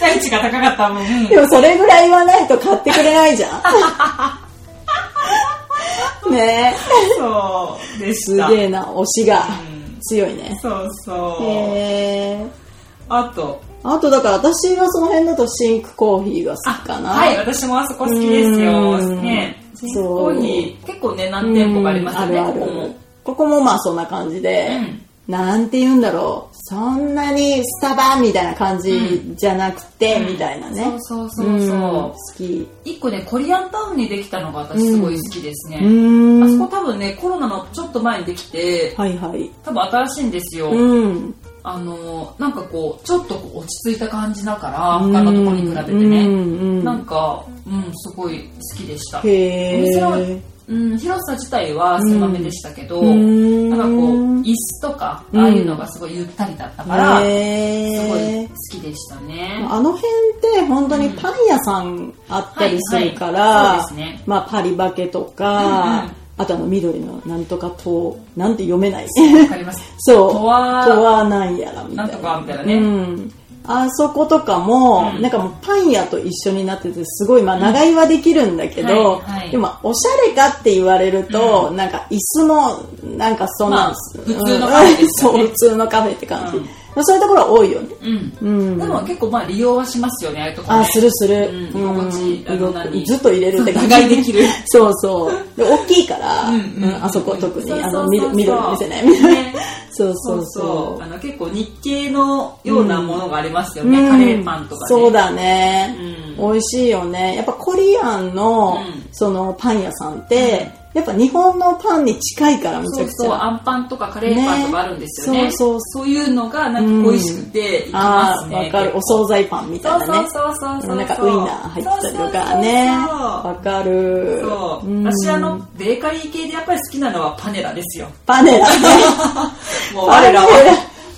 [SPEAKER 1] 待値が高かった分
[SPEAKER 2] でもそれぐらい言わないと買ってくれないじゃ
[SPEAKER 1] <laughs>
[SPEAKER 2] んねえ
[SPEAKER 1] そうですした
[SPEAKER 2] げえな推しが
[SPEAKER 1] うん
[SPEAKER 2] 強いね
[SPEAKER 1] そうそう、
[SPEAKER 2] へえ
[SPEAKER 1] あと
[SPEAKER 2] あとだから私がその辺だとシンクコーヒーが好きかな
[SPEAKER 1] はい、私もあそこ好きですよ。
[SPEAKER 2] うん
[SPEAKER 1] ね、
[SPEAKER 2] そ
[SPEAKER 1] コ
[SPEAKER 2] う
[SPEAKER 1] ーヒー、結構ね、何店舗かありますよね、
[SPEAKER 2] うんあ
[SPEAKER 1] こ
[SPEAKER 2] る
[SPEAKER 1] こ
[SPEAKER 2] ある
[SPEAKER 1] も。
[SPEAKER 2] ここもまあそんな感じで、なんて言うんだろうそんなにスタバみたいな感じじゃなくて、
[SPEAKER 1] うん
[SPEAKER 2] みたいなね、
[SPEAKER 1] そうそうそうそう
[SPEAKER 2] うん好き
[SPEAKER 1] 一個ね、コリアンタウンにできたのが私すごい好きです
[SPEAKER 2] う
[SPEAKER 1] ね。
[SPEAKER 2] ん
[SPEAKER 1] あそこ多分ね、コロナのちょっと前にできて、
[SPEAKER 2] はいはい
[SPEAKER 1] 多分新しいんですよ。
[SPEAKER 2] うん
[SPEAKER 1] あの、なんかこう、ちょっとこう落ち着いた感じだから、他のとこに比べて
[SPEAKER 2] う
[SPEAKER 1] ね。
[SPEAKER 2] んうん
[SPEAKER 1] なんか、うん、すごい好きでした。お
[SPEAKER 2] へ
[SPEAKER 1] 店の
[SPEAKER 2] ー
[SPEAKER 1] うん、広さ自体は狭めでしたけど、
[SPEAKER 2] うん
[SPEAKER 1] なんかこう、椅子とか、ああいうのがすごいゆったりだったから、
[SPEAKER 2] へー
[SPEAKER 1] すごい好きでしたね。
[SPEAKER 2] あの辺って本当にパン屋さんあったりするから、
[SPEAKER 1] はいはいそうですね
[SPEAKER 2] まあパリバケと
[SPEAKER 1] う
[SPEAKER 2] か、
[SPEAKER 1] んうん
[SPEAKER 2] あとあの緑のなんとかとなんて読め
[SPEAKER 1] <laughs>
[SPEAKER 2] ない
[SPEAKER 1] わかります。
[SPEAKER 2] そう。
[SPEAKER 1] とわ
[SPEAKER 2] とわなんやらみた
[SPEAKER 1] ないん
[SPEAKER 2] な。
[SPEAKER 1] とかみたいな
[SPEAKER 2] う
[SPEAKER 1] ね。
[SPEAKER 2] ん。あそことかも、
[SPEAKER 1] うん
[SPEAKER 2] なんかもうパン屋と一緒になってて、すごい、まあ長居はできるんだけ
[SPEAKER 1] う
[SPEAKER 2] ど、
[SPEAKER 1] んはいはい
[SPEAKER 2] でも、おしゃれかって言われると、なんか椅子も、なんかそんな、
[SPEAKER 1] まあ普通のカフェですよね
[SPEAKER 2] うんそう、普通のカフェって感じ。
[SPEAKER 1] うん
[SPEAKER 2] まあそういうところは多いよね。
[SPEAKER 1] うん。
[SPEAKER 2] うん。
[SPEAKER 1] でも結構まあ利用はしますよね、ああいうとこね
[SPEAKER 2] あ、するする。
[SPEAKER 1] うん心地いいあの何
[SPEAKER 2] ずっと入れるって感
[SPEAKER 1] 長居
[SPEAKER 2] じ。
[SPEAKER 1] で
[SPEAKER 2] <laughs>
[SPEAKER 1] きる。
[SPEAKER 2] そうそう。で、大きいから、
[SPEAKER 1] うんうん
[SPEAKER 2] うんあそこ特に、
[SPEAKER 1] そう
[SPEAKER 2] あ
[SPEAKER 1] そうそうそ
[SPEAKER 2] の、
[SPEAKER 1] う
[SPEAKER 2] みど緑の店ね。
[SPEAKER 1] ね
[SPEAKER 2] そう
[SPEAKER 1] そ
[SPEAKER 2] そううそう
[SPEAKER 1] そう。あ。の結構日系のようなものがありますよ
[SPEAKER 2] う
[SPEAKER 1] ね、
[SPEAKER 2] ん
[SPEAKER 1] カレーパンとかね。
[SPEAKER 2] そうだね、
[SPEAKER 1] う
[SPEAKER 2] 美味しいよねやっぱコリアンの、
[SPEAKER 1] うん
[SPEAKER 2] そのパン屋さんって、やっぱ日本のパンに近いからめち
[SPEAKER 1] そ
[SPEAKER 2] ゃ
[SPEAKER 1] う
[SPEAKER 2] くちゃ
[SPEAKER 1] そう、アンパンとかカレーパンとかあるんですよね。
[SPEAKER 2] ねそうそう
[SPEAKER 1] そういうのがなんか美味しくて、いき
[SPEAKER 2] あ
[SPEAKER 1] ます
[SPEAKER 2] ー
[SPEAKER 1] ね。
[SPEAKER 2] わかる
[SPEAKER 1] 結
[SPEAKER 2] お
[SPEAKER 1] 構
[SPEAKER 2] 惣菜パンみたいなね
[SPEAKER 1] そうそうそうそう。
[SPEAKER 2] なんかウインナー入ってたりとかね
[SPEAKER 1] そうそうそうそう
[SPEAKER 2] わかる
[SPEAKER 1] そう、
[SPEAKER 2] うん
[SPEAKER 1] 私あのベーカリー系でやっぱり好きなのはパネラですよ <laughs>
[SPEAKER 2] パネラね
[SPEAKER 1] もう我らは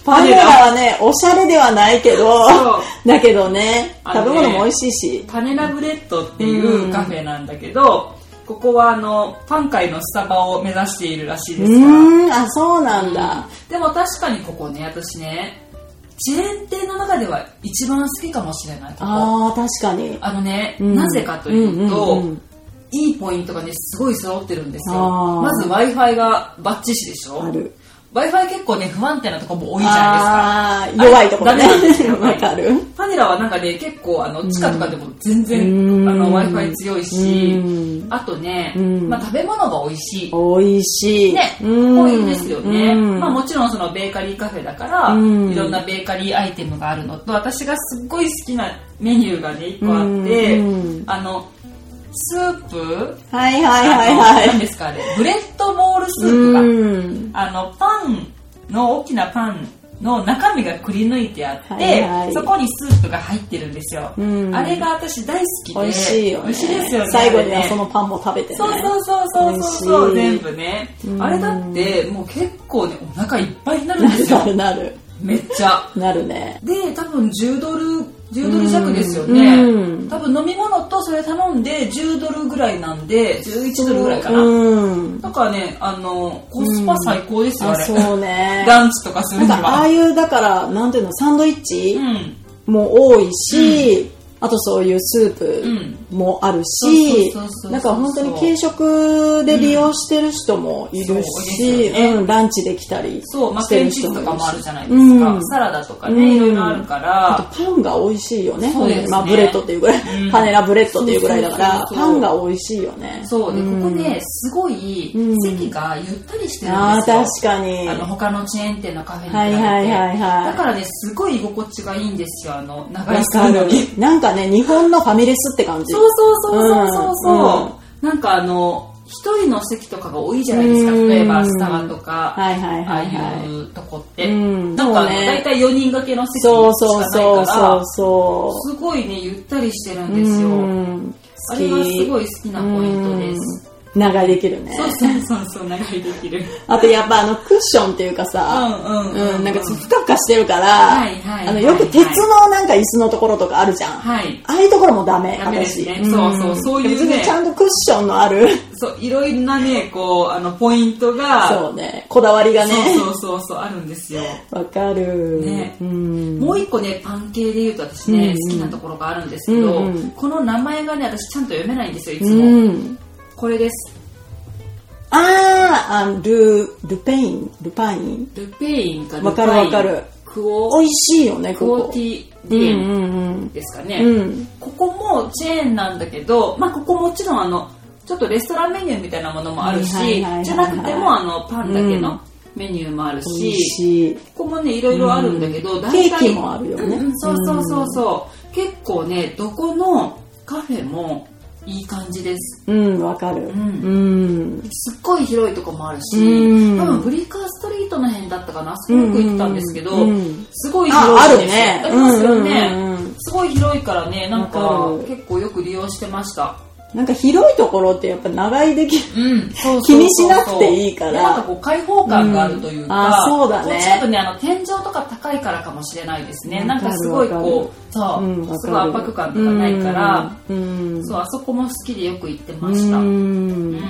[SPEAKER 2] パネラはねおしゃれではないけ
[SPEAKER 1] <laughs>
[SPEAKER 2] ど
[SPEAKER 1] そう
[SPEAKER 2] だけどね
[SPEAKER 1] あの
[SPEAKER 2] 食
[SPEAKER 1] ね
[SPEAKER 2] べ物も美味しいし
[SPEAKER 1] パネラブレッドっていうカフェなんだけど、ここはあのパン界のスタバを目指しているらしいうですから
[SPEAKER 2] ーんあそうなんだ、
[SPEAKER 1] でも確かにここね私ねチェーン店の中では一番好きかもしれないここあ
[SPEAKER 2] ああ確かに
[SPEAKER 1] のね、
[SPEAKER 2] うん
[SPEAKER 1] なぜかというと、
[SPEAKER 2] うんうんうん
[SPEAKER 1] いいポイントがねすごい揃ってるんですよ
[SPEAKER 2] あー
[SPEAKER 1] まず w i f i がバッチシでしょ
[SPEAKER 2] あ
[SPEAKER 1] w
[SPEAKER 2] る
[SPEAKER 1] i f i 結構ね不安定なとこも多いじゃないですか
[SPEAKER 2] あー弱いところね
[SPEAKER 1] ダメなんですよ。
[SPEAKER 2] <laughs> わかる。
[SPEAKER 1] パネラはなんかね、結構あの地下とかでも全
[SPEAKER 2] う
[SPEAKER 1] 然
[SPEAKER 2] ん
[SPEAKER 1] あの Wi-Fi 強いし
[SPEAKER 2] う、ん
[SPEAKER 1] あとね
[SPEAKER 2] うん、
[SPEAKER 1] まあ食べ物が美味しい。
[SPEAKER 2] 美味しい。
[SPEAKER 1] ね、
[SPEAKER 2] うん
[SPEAKER 1] 多いんですよね。
[SPEAKER 2] うん
[SPEAKER 1] まあもちろんそのベーカリーカフェだから、
[SPEAKER 2] うん
[SPEAKER 1] いろんなベーカリーアイテムがあるのと、私がすっごい好きなメニューがね、一個あって
[SPEAKER 2] うん、
[SPEAKER 1] あの、スープ
[SPEAKER 2] はいはい
[SPEAKER 1] あ
[SPEAKER 2] はい
[SPEAKER 1] の
[SPEAKER 2] は
[SPEAKER 1] 何
[SPEAKER 2] い。
[SPEAKER 1] ですかあれ、ブレッドボールスープが
[SPEAKER 2] うん。
[SPEAKER 1] あのパンの大きなパンの中身がくり抜いてあって、
[SPEAKER 2] はいはい
[SPEAKER 1] そこにスープが入ってるんですよ、
[SPEAKER 2] うん
[SPEAKER 1] あれが私大好きで
[SPEAKER 2] 美味しいよね。
[SPEAKER 1] 美味しいですよね
[SPEAKER 2] 最後に
[SPEAKER 1] あ
[SPEAKER 2] は
[SPEAKER 1] れね
[SPEAKER 2] そのパンも食べてね。
[SPEAKER 1] そうそうそうそうそうそう
[SPEAKER 2] 美
[SPEAKER 1] 全
[SPEAKER 2] 味しい
[SPEAKER 1] 部ね
[SPEAKER 2] うん
[SPEAKER 1] あれだってもう結構ねお腹いっぱいになるんですよ
[SPEAKER 2] <laughs> なるなる。
[SPEAKER 1] めっちゃ
[SPEAKER 2] なるね。
[SPEAKER 1] で多分10ドル10ドル弱ですよね、
[SPEAKER 2] うん
[SPEAKER 1] 多分飲み物とそれ頼んで10ドルぐらいなんで11ドルぐらいかな、
[SPEAKER 2] うん。
[SPEAKER 1] だからねあのコスパ最高ですよ、
[SPEAKER 2] あ、
[SPEAKER 1] あれ
[SPEAKER 2] そ
[SPEAKER 1] <laughs>
[SPEAKER 2] うね。
[SPEAKER 1] ランチとかする
[SPEAKER 2] なん
[SPEAKER 1] に
[SPEAKER 2] か
[SPEAKER 1] は
[SPEAKER 2] ああいう、だから、なんていうの、サンドイッチ
[SPEAKER 1] うん
[SPEAKER 2] も多いし、あとそういうスープもあるし
[SPEAKER 1] そうそうそうそう、
[SPEAKER 2] なんか本当に軽食で利用してる人もいるし、
[SPEAKER 1] うんそうですよね
[SPEAKER 2] うんランチできたり
[SPEAKER 1] そう、マ
[SPEAKER 2] し
[SPEAKER 1] ク
[SPEAKER 2] て
[SPEAKER 1] レン
[SPEAKER 2] る
[SPEAKER 1] チー
[SPEAKER 2] 人
[SPEAKER 1] ズ
[SPEAKER 2] もい
[SPEAKER 1] と
[SPEAKER 2] る
[SPEAKER 1] かもある
[SPEAKER 2] し
[SPEAKER 1] じゃないですか。
[SPEAKER 2] うん
[SPEAKER 1] サラダとか
[SPEAKER 2] うん
[SPEAKER 1] ね、いろいろあるか
[SPEAKER 2] あ
[SPEAKER 1] ら、
[SPEAKER 2] とパンが美味しいよね、
[SPEAKER 1] そうですね
[SPEAKER 2] まあ、ブレッドっていうぐらい、
[SPEAKER 1] うん
[SPEAKER 2] パネラブレッドっていうぐらいだから
[SPEAKER 1] そうそうそう
[SPEAKER 2] パンが美味しいよね
[SPEAKER 1] そう、で、こ
[SPEAKER 2] ん
[SPEAKER 1] こね、すごい
[SPEAKER 2] うん
[SPEAKER 1] 席がゆったりしてるん
[SPEAKER 2] あ
[SPEAKER 1] で
[SPEAKER 2] あ
[SPEAKER 1] すよ。
[SPEAKER 2] 確かに
[SPEAKER 1] あの、他のチェーン店のカフェに比
[SPEAKER 2] はいはいはい
[SPEAKER 1] べて。
[SPEAKER 2] はい
[SPEAKER 1] だからね、すごい居心地がいいんですよ、あの、長
[SPEAKER 2] わ
[SPEAKER 1] い
[SPEAKER 2] か
[SPEAKER 1] スの
[SPEAKER 2] る
[SPEAKER 1] に。
[SPEAKER 2] なんかね日本のファミレスって感じ
[SPEAKER 1] そうそうそうそうそう
[SPEAKER 2] うんうん
[SPEAKER 1] そう。なんかあの、一人の席とかが多いじゃないですか、
[SPEAKER 2] うん
[SPEAKER 1] 例えばスタバとか、
[SPEAKER 2] はいはいはい
[SPEAKER 1] ああ
[SPEAKER 2] はい
[SPEAKER 1] いうとこって。
[SPEAKER 2] うん
[SPEAKER 1] なんかあの、
[SPEAKER 2] そうね
[SPEAKER 1] だいたい4人掛けの席しか
[SPEAKER 2] そ
[SPEAKER 1] な
[SPEAKER 2] う
[SPEAKER 1] いうか
[SPEAKER 2] そうそそう
[SPEAKER 1] ら、
[SPEAKER 2] そう
[SPEAKER 1] すごいね、ゆったりしてるんですよ。
[SPEAKER 2] うん
[SPEAKER 1] あれがすごい好きなポイントです。
[SPEAKER 2] 長居できるね。
[SPEAKER 1] そうそうそうそう長居できる
[SPEAKER 2] あとやっぱあのクッションっていうかさ、
[SPEAKER 1] うんうんうんうん
[SPEAKER 2] なんかちょっとふかふかしてるから、
[SPEAKER 1] はいはいはい
[SPEAKER 2] あのよく鉄のなんか椅子のところとかあるじゃん。
[SPEAKER 1] はい
[SPEAKER 2] ああいうところもダメ、
[SPEAKER 1] ダメですね
[SPEAKER 2] 私
[SPEAKER 1] そうそうそういうね
[SPEAKER 2] 別にちゃんとクッションのある、
[SPEAKER 1] そういろいろなねこうあのポイントが
[SPEAKER 2] そうね、こだわりがね。
[SPEAKER 1] そうそうそうそうあるんですよ
[SPEAKER 2] わかる。
[SPEAKER 1] ね
[SPEAKER 2] うん。
[SPEAKER 1] もう一個ねパン系で言うと私ね、
[SPEAKER 2] うんうん
[SPEAKER 1] 好きなところがあるんですけど、
[SPEAKER 2] うんうん
[SPEAKER 1] この名前がね私ちゃんと読めないんですよいつも、
[SPEAKER 2] うん。
[SPEAKER 1] これです
[SPEAKER 2] あーあの、ル、ルペイン、ルパイン。
[SPEAKER 1] ルペインかル
[SPEAKER 2] わかる
[SPEAKER 1] パイン
[SPEAKER 2] わかる
[SPEAKER 1] クオ
[SPEAKER 2] 美味しいよね、
[SPEAKER 1] ク
[SPEAKER 2] こ
[SPEAKER 1] オ
[SPEAKER 2] こ
[SPEAKER 1] テ。ィ
[SPEAKER 2] う
[SPEAKER 1] デ
[SPEAKER 2] ん
[SPEAKER 1] ィエン
[SPEAKER 2] うん
[SPEAKER 1] ですかね、
[SPEAKER 2] うん。うん。
[SPEAKER 1] ここもチェーンなんだけど、まあ、ここもちろんあのちょっとレストランメニューみたいなものもある
[SPEAKER 2] はいはい
[SPEAKER 1] し
[SPEAKER 2] はいはい
[SPEAKER 1] じゃなくてもあのパンだけ
[SPEAKER 2] うん
[SPEAKER 1] のメニューもある
[SPEAKER 2] 美味
[SPEAKER 1] し、
[SPEAKER 2] しい。
[SPEAKER 1] ここもねいろいろあるんだけど、
[SPEAKER 2] うん
[SPEAKER 1] 大体
[SPEAKER 2] ケーキもあるよね
[SPEAKER 1] うんうんそうそうそうそう結構ねどこのカフェもいい感じです
[SPEAKER 2] うん、わかる。うんん。
[SPEAKER 1] すっごい広いとこもあるし、
[SPEAKER 2] うん
[SPEAKER 1] 多分ブリカーストリートの辺だったかなあそこよく行ったんですけど、
[SPEAKER 2] うん
[SPEAKER 1] すごい
[SPEAKER 2] あ、あ
[SPEAKER 1] 広い
[SPEAKER 2] る
[SPEAKER 1] です
[SPEAKER 2] ね。
[SPEAKER 1] ありますよね、
[SPEAKER 2] うんうんうん
[SPEAKER 1] すごい広いからねなんか
[SPEAKER 2] わかる
[SPEAKER 1] 結構よく利用してました
[SPEAKER 2] なんか広いところってやっぱ長居できる。
[SPEAKER 1] うん、そうそうそうそう
[SPEAKER 2] 気にしなくていいから
[SPEAKER 1] なんかこう開放感があるというか、
[SPEAKER 2] うんあそうだね
[SPEAKER 1] こちょっとねあの天井とか高いからかもしれないですね
[SPEAKER 2] わか
[SPEAKER 1] なん
[SPEAKER 2] る
[SPEAKER 1] かすごい
[SPEAKER 2] わ
[SPEAKER 1] こうそう、
[SPEAKER 2] うんわかる
[SPEAKER 1] すごい圧迫感とかないから、
[SPEAKER 2] うん。うん
[SPEAKER 1] そうあそこも好きでよく行ってました、
[SPEAKER 2] う
[SPEAKER 1] うん
[SPEAKER 2] ん。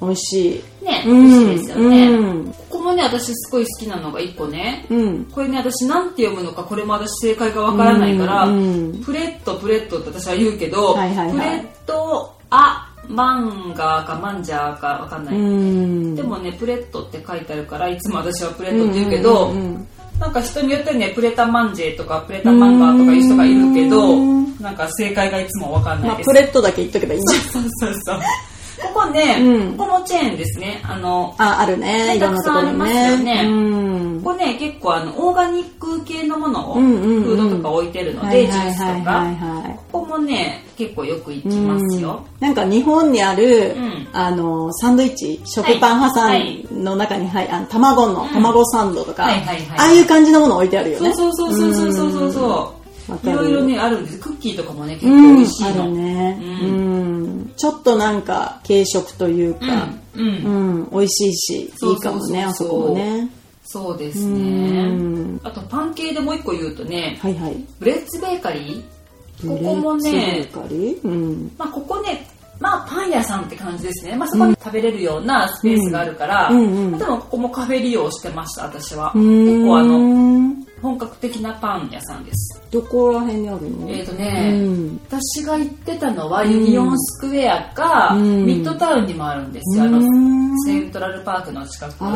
[SPEAKER 2] 美味しい。
[SPEAKER 1] ね美
[SPEAKER 2] う
[SPEAKER 1] 味し
[SPEAKER 2] ん
[SPEAKER 1] いですよね、
[SPEAKER 2] うん
[SPEAKER 1] ここもね私すごい好きなのが1個ね
[SPEAKER 2] うん。
[SPEAKER 1] これね私なんて読むのかこれも私正解がわからないから、
[SPEAKER 2] うん
[SPEAKER 1] プレットプレットって私は言うけど、
[SPEAKER 2] はいはいはい
[SPEAKER 1] プレットあマンガーかマンジャーかわかんない、
[SPEAKER 2] うん。
[SPEAKER 1] でもね、プレットって書いてあるから、いつも私はプレットって言うけど、
[SPEAKER 2] うんうんうん
[SPEAKER 1] なんか人によってね、プレタマンジェとかプレタマンガーとかいう人がいるけど
[SPEAKER 2] うん、
[SPEAKER 1] なんか正解がいつもわかん
[SPEAKER 2] ま
[SPEAKER 1] ない
[SPEAKER 2] あ、
[SPEAKER 1] です。
[SPEAKER 2] プレットだけ言っとけばいいんじゃん。
[SPEAKER 1] そうそうそう。ここね、
[SPEAKER 2] うん
[SPEAKER 1] ここもチェーンですね。あの、
[SPEAKER 2] あ、あるね。いろんなところに
[SPEAKER 1] たくさんあ
[SPEAKER 2] ね。
[SPEAKER 1] りますよね
[SPEAKER 2] うん。
[SPEAKER 1] ここね、結構あの、オーガニック系のものを、
[SPEAKER 2] うんうんうん
[SPEAKER 1] フードとか置いてるの
[SPEAKER 2] はい
[SPEAKER 1] で、ジ
[SPEAKER 2] は
[SPEAKER 1] ュー
[SPEAKER 2] い
[SPEAKER 1] ス
[SPEAKER 2] はい
[SPEAKER 1] と
[SPEAKER 2] はい
[SPEAKER 1] か。
[SPEAKER 2] はい。
[SPEAKER 1] ここもね、結構よく行きますよ。
[SPEAKER 2] なんか日本にある、
[SPEAKER 1] うん
[SPEAKER 2] あのサンドイッチ食パン挟ん、
[SPEAKER 1] はい
[SPEAKER 2] の中に、はい、あの卵の、
[SPEAKER 1] ん
[SPEAKER 2] 卵サンドとか、
[SPEAKER 1] はいはいはい
[SPEAKER 2] ああいう感じのもの置いてあるよ
[SPEAKER 1] そ
[SPEAKER 2] ね
[SPEAKER 1] うそうそうそうそうそうそう
[SPEAKER 2] うんわ
[SPEAKER 1] そう。
[SPEAKER 2] かる
[SPEAKER 1] いろいろね、あるんです。クッキーとかもね、結
[SPEAKER 2] う
[SPEAKER 1] 構
[SPEAKER 2] ん
[SPEAKER 1] 美味しい
[SPEAKER 2] あ
[SPEAKER 1] の。
[SPEAKER 2] るね、う
[SPEAKER 1] うん
[SPEAKER 2] ちょっとなんか軽食というか、
[SPEAKER 1] うん。うん
[SPEAKER 2] うん美味しいしい
[SPEAKER 1] そう
[SPEAKER 2] いかもね
[SPEAKER 1] そう
[SPEAKER 2] あ
[SPEAKER 1] そ
[SPEAKER 2] そうこ
[SPEAKER 1] そう
[SPEAKER 2] もね
[SPEAKER 1] そうです
[SPEAKER 2] うん
[SPEAKER 1] ね。あとパン系でもう一個言うとね、
[SPEAKER 2] はいはい
[SPEAKER 1] ブレッツベーカリーここも
[SPEAKER 2] ブレッ
[SPEAKER 1] ね
[SPEAKER 2] ツ、ベーカリーうん
[SPEAKER 1] まあここね、まあパン屋さんって感じですね。まあそこに食べれるようなスペースがあるから、
[SPEAKER 2] うんうんうん
[SPEAKER 1] でもここもカフェ利用してました、私は。
[SPEAKER 2] う
[SPEAKER 1] 結構あの、
[SPEAKER 2] ん
[SPEAKER 1] 本格的なパン屋さんです。
[SPEAKER 2] どこら辺にあるの
[SPEAKER 1] えっ、ー、と
[SPEAKER 2] う
[SPEAKER 1] ね、
[SPEAKER 2] ん
[SPEAKER 1] 私が行ってたのはユニオンスクエアか、
[SPEAKER 2] うん
[SPEAKER 1] ミッドタウンにもあるんですよ。あの、
[SPEAKER 2] うん
[SPEAKER 1] セントラルパークの近く。あ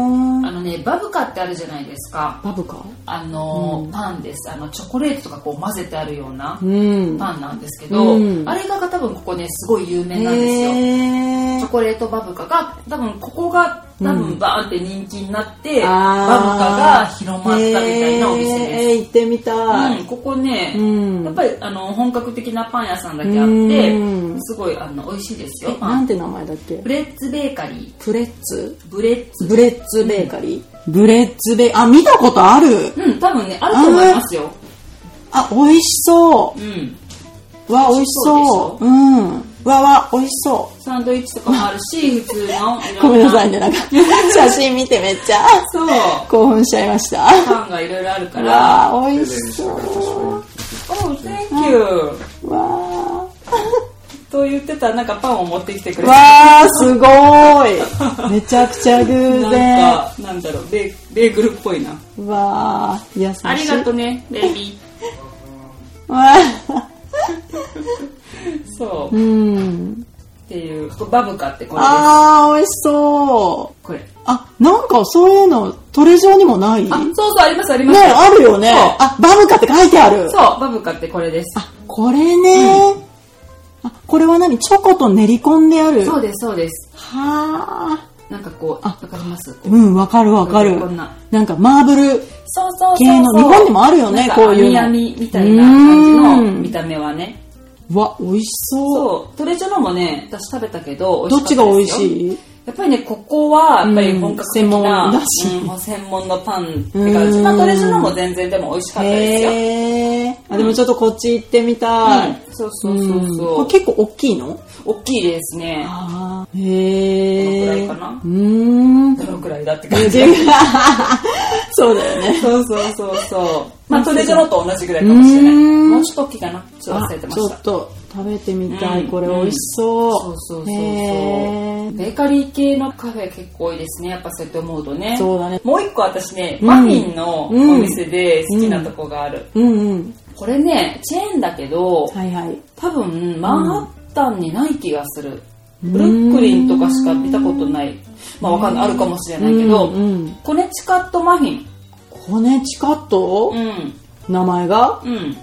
[SPEAKER 2] あ
[SPEAKER 1] のね、バブカってあるじゃないですか。
[SPEAKER 2] ーバブか
[SPEAKER 1] あの、パンですあのチョコレートとかこう混ぜてあるような
[SPEAKER 2] うん
[SPEAKER 1] パンなんですけど、
[SPEAKER 2] うん
[SPEAKER 1] あれが多分ここねすごい有名なんですよ
[SPEAKER 2] へ
[SPEAKER 1] チョコレートバブカが多分ここが多分バーンって人気になって、
[SPEAKER 2] ー
[SPEAKER 1] バブカが広まったみたいなお店
[SPEAKER 2] へ
[SPEAKER 1] で
[SPEAKER 2] ー行ってみた
[SPEAKER 1] す、う
[SPEAKER 2] い
[SPEAKER 1] ん、ここね、
[SPEAKER 2] うん
[SPEAKER 1] やっぱりあの本格的なパン屋さんだけあって、
[SPEAKER 2] うん
[SPEAKER 1] すごいあの美味しいですよ
[SPEAKER 2] え
[SPEAKER 1] パ
[SPEAKER 2] なん
[SPEAKER 1] ン
[SPEAKER 2] て名前だっけ
[SPEAKER 1] ブレッツベーカリ
[SPEAKER 2] プレッツ
[SPEAKER 1] ーブレッツ
[SPEAKER 2] ブレッツベーカリーブレッツベあ見たことある
[SPEAKER 1] うん多分ねあると思いますよ
[SPEAKER 2] あ美味しそ
[SPEAKER 1] うん
[SPEAKER 2] うわ美味しそううんわわ美味しそ
[SPEAKER 1] サンドイッチとかもあるし普通のいうろ
[SPEAKER 2] ごめんなさい
[SPEAKER 1] ね
[SPEAKER 2] ね <laughs> なんか写真見てめっちゃ
[SPEAKER 1] そう
[SPEAKER 2] 興奮しちゃいました
[SPEAKER 1] パンがいろいろあるから。
[SPEAKER 2] わあ美味しそ
[SPEAKER 1] Oh, thank you!
[SPEAKER 2] うわあ
[SPEAKER 1] と言ってたらなんかパンを持ってきてくれて。
[SPEAKER 2] わー、すご
[SPEAKER 1] <laughs>
[SPEAKER 2] ーい。めちゃくちゃ偶然。
[SPEAKER 1] なんか、なんだろう、ベーベーグルっぽいな。
[SPEAKER 2] わー、優しい。
[SPEAKER 1] ありがとね、ベイビ
[SPEAKER 2] わー
[SPEAKER 1] ー。そう
[SPEAKER 2] う。ん。
[SPEAKER 1] っていう、バブカってこれです。
[SPEAKER 2] あー、美味しそう。
[SPEAKER 1] これ。
[SPEAKER 2] あ、なんかそういうの、トレジョにもないね
[SPEAKER 1] あ、そうそう、あります、あります。
[SPEAKER 2] あるよね。
[SPEAKER 1] そう
[SPEAKER 2] あ、バブカって書いてある。
[SPEAKER 1] そう、バブカってこれです。
[SPEAKER 2] これね、あ、これは何チョコと練り込んである。
[SPEAKER 1] そうです、そうです。
[SPEAKER 2] は
[SPEAKER 1] なんかこう、わ
[SPEAKER 2] あ
[SPEAKER 1] かります
[SPEAKER 2] ー。うん、わかるわかる
[SPEAKER 1] こんな。
[SPEAKER 2] なんかマーブル
[SPEAKER 1] そうそうそうそう。
[SPEAKER 2] 系の、日本にもあるよね、こういうの。
[SPEAKER 1] 網みたいな感じ
[SPEAKER 2] う
[SPEAKER 1] の
[SPEAKER 2] ん
[SPEAKER 1] 見た目はね。
[SPEAKER 2] わ、美味しそう。
[SPEAKER 1] そう、トレジョロもね、私食べたけど、
[SPEAKER 2] どっちが美味し
[SPEAKER 1] い
[SPEAKER 2] い
[SPEAKER 1] やっぱりね、ここは、やっぱり本格的
[SPEAKER 2] うん専門だ
[SPEAKER 1] な、
[SPEAKER 2] し
[SPEAKER 1] うん専門のパンって
[SPEAKER 2] う
[SPEAKER 1] 感
[SPEAKER 2] ん
[SPEAKER 1] じ。まあ、トレジョロも全然でも美味しかったですよ。
[SPEAKER 2] へえ。あでもちょっとこっち行ってみたい、
[SPEAKER 3] そうそうそう
[SPEAKER 2] う
[SPEAKER 3] そ
[SPEAKER 2] んこれ
[SPEAKER 3] う。
[SPEAKER 2] 結構大きいの
[SPEAKER 3] 大きいですね。
[SPEAKER 2] ああ
[SPEAKER 1] どのくら
[SPEAKER 2] へえ
[SPEAKER 1] いかな
[SPEAKER 2] う
[SPEAKER 3] <laughs>
[SPEAKER 2] ーん
[SPEAKER 1] どのくらいだって感じ。
[SPEAKER 2] でそうだよね
[SPEAKER 3] そうそうそうそう。
[SPEAKER 2] <laughs>
[SPEAKER 1] まあ、トレジョロと同じぐらいかもしれない。
[SPEAKER 2] うん
[SPEAKER 3] もうちょっと大きいかな。ちょっと忘れて
[SPEAKER 2] あ
[SPEAKER 3] ま
[SPEAKER 2] ち
[SPEAKER 3] し
[SPEAKER 2] ょ
[SPEAKER 3] た
[SPEAKER 2] っ。と食べてみたい、
[SPEAKER 3] うん
[SPEAKER 2] これ美味しそう、
[SPEAKER 3] そうそうそうそう
[SPEAKER 2] へ。ー
[SPEAKER 3] ベーカリー系のカフェ結構多いですね。やっぱそうやって思うとね。
[SPEAKER 2] そうだね
[SPEAKER 3] もう一個私ね、
[SPEAKER 2] うん
[SPEAKER 3] マフィンのお店で好きなとこがある。
[SPEAKER 2] うんうん
[SPEAKER 3] これね、チェーンだけど、
[SPEAKER 2] はいはい
[SPEAKER 3] 多分マンハッタンにない気がする。ブルックリンとかしか見たことない。まあわかんない。あるかもしれないけど、
[SPEAKER 2] うんうん
[SPEAKER 3] コネチカットマフィン。
[SPEAKER 2] コネチカット、
[SPEAKER 3] うん。
[SPEAKER 2] 名前が
[SPEAKER 3] うん。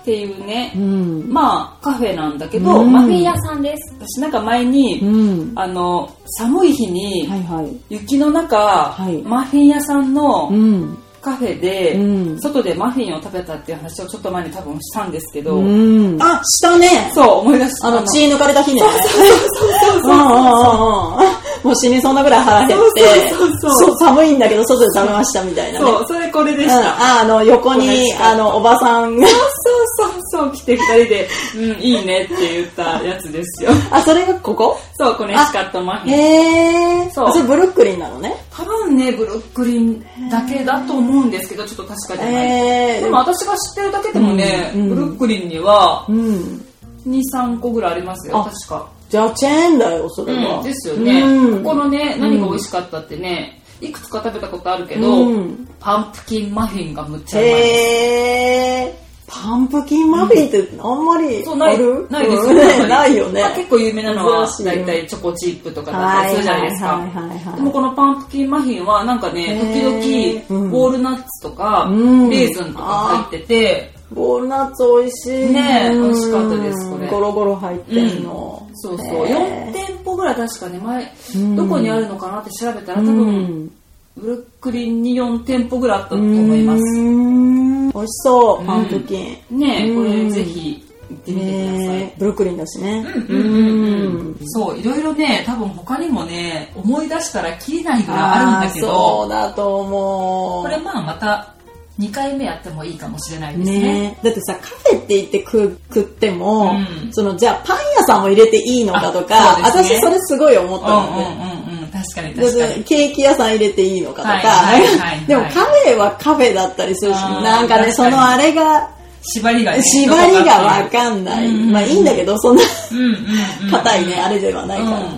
[SPEAKER 3] っていうね
[SPEAKER 2] う。ん
[SPEAKER 3] まあカフェなんだけど、
[SPEAKER 2] うん
[SPEAKER 3] マフィン屋さんです。私なんか前に、
[SPEAKER 2] うん
[SPEAKER 3] あの、寒い日に、
[SPEAKER 2] はいはい
[SPEAKER 3] 雪の中、
[SPEAKER 2] い
[SPEAKER 3] マフィン屋さんの
[SPEAKER 2] うん
[SPEAKER 3] カフェで、
[SPEAKER 2] うん
[SPEAKER 3] 外でマフィンを食べたっていう話をちょっと前に多分したんですけど、
[SPEAKER 2] うんあしたね
[SPEAKER 3] そう思い出した
[SPEAKER 2] あの血
[SPEAKER 3] ー
[SPEAKER 2] 抜かれた日ねそうそうそうそうもう死にそうなぐらい腹減って
[SPEAKER 3] そうそうそうそう
[SPEAKER 2] そう寒いんだけど外で食べましたみたいなね
[SPEAKER 3] そうそれこれでし
[SPEAKER 2] うん、
[SPEAKER 3] た、
[SPEAKER 2] ああの横
[SPEAKER 3] コネ
[SPEAKER 2] に
[SPEAKER 3] チカット
[SPEAKER 2] あのおば
[SPEAKER 3] <laughs>
[SPEAKER 2] さんが
[SPEAKER 3] そうそうそう来て二人で「うんいいね」って言ったやつですよ
[SPEAKER 2] あそれがここ
[SPEAKER 3] そうコネチカットマフィン
[SPEAKER 2] へえ。
[SPEAKER 3] そう
[SPEAKER 2] それブルックリンなのね。
[SPEAKER 3] 多分ねブルックリンだけだと思うんですけどちょっと確かじゃない、
[SPEAKER 2] ええ。
[SPEAKER 3] でも、私が知ってるだけでもね、
[SPEAKER 2] うんうん
[SPEAKER 3] ブルックリンには
[SPEAKER 2] うん。
[SPEAKER 3] 23個ぐらいありますよ
[SPEAKER 2] あ
[SPEAKER 3] 確か
[SPEAKER 2] じゃあチェーンだよ、それ
[SPEAKER 3] う
[SPEAKER 2] は。
[SPEAKER 3] ん、ですよね、
[SPEAKER 2] うん
[SPEAKER 3] ここのね何が美味しかったってねいくつか食べたことあるけど、
[SPEAKER 2] うん
[SPEAKER 3] パンプキンマフィンがむっちゃうまいです
[SPEAKER 2] へえ。パンプキンマフィンってあんまり
[SPEAKER 3] そうない
[SPEAKER 2] ある
[SPEAKER 3] <laughs> ないです
[SPEAKER 2] う
[SPEAKER 3] よ
[SPEAKER 2] ん
[SPEAKER 3] ね
[SPEAKER 2] ないよね
[SPEAKER 3] まあ。結構有名なのは
[SPEAKER 2] 珍しい
[SPEAKER 3] 大体チョコチップとかだったりするじゃないですか、
[SPEAKER 2] はいはいはいはい
[SPEAKER 3] でもこのパンプキンマフィンはなんかね
[SPEAKER 2] へー
[SPEAKER 3] 時々ウォールナッツとか、
[SPEAKER 2] うん
[SPEAKER 3] レーズンとか入ってて、
[SPEAKER 2] ボールナッツ美味しい。
[SPEAKER 3] ね
[SPEAKER 2] うん
[SPEAKER 3] 美味しかったですこれ
[SPEAKER 2] ゴロゴロ入ってんの。
[SPEAKER 3] そうそう、
[SPEAKER 2] へ
[SPEAKER 3] 四
[SPEAKER 2] え
[SPEAKER 3] 4店舗ぐらい確かね前、
[SPEAKER 2] うん
[SPEAKER 3] どこにあるのかなって調べたら多
[SPEAKER 2] う
[SPEAKER 3] 分、
[SPEAKER 2] ん。
[SPEAKER 3] ブルックリンに4店舗ぐらいあったと思います、
[SPEAKER 2] うん美味しそう、パンプキン。
[SPEAKER 3] ねえこ
[SPEAKER 2] う
[SPEAKER 3] れ
[SPEAKER 2] ん
[SPEAKER 3] ぜひ行ってみてください、
[SPEAKER 2] ねブルックリンだしね。うん
[SPEAKER 1] そう、いろいろね、多分他にもね、思い出したらきりないぐらいあるんだけ
[SPEAKER 2] あーそ
[SPEAKER 1] ど、
[SPEAKER 2] うだと思う。
[SPEAKER 1] これまあまた2回目やってもいいかもしれないですね。
[SPEAKER 2] ねだってさカフェって言って食う食っても、
[SPEAKER 1] うん
[SPEAKER 2] そのじゃあパン屋さんも入れていいのかとか、
[SPEAKER 1] あそうです
[SPEAKER 2] 私
[SPEAKER 1] ね
[SPEAKER 2] それすごい思っ
[SPEAKER 1] う
[SPEAKER 2] たのね、
[SPEAKER 1] んうんうんうん、確かに
[SPEAKER 2] だっ
[SPEAKER 1] 確か
[SPEAKER 2] て
[SPEAKER 1] に。
[SPEAKER 2] ケーキ屋さん入れていいのかとか、
[SPEAKER 1] はいはいはいはい
[SPEAKER 2] <laughs> でもカフェはカフェだったりするし
[SPEAKER 1] あー
[SPEAKER 2] なんかね
[SPEAKER 1] 確か
[SPEAKER 2] そ
[SPEAKER 1] に
[SPEAKER 2] のあれが
[SPEAKER 1] 縛りがね
[SPEAKER 2] 縛りがわかんない、
[SPEAKER 1] うん
[SPEAKER 2] まあいいんだけどそんな
[SPEAKER 1] うんうんうん。
[SPEAKER 2] 硬いねあれではないから、
[SPEAKER 1] うん
[SPEAKER 2] う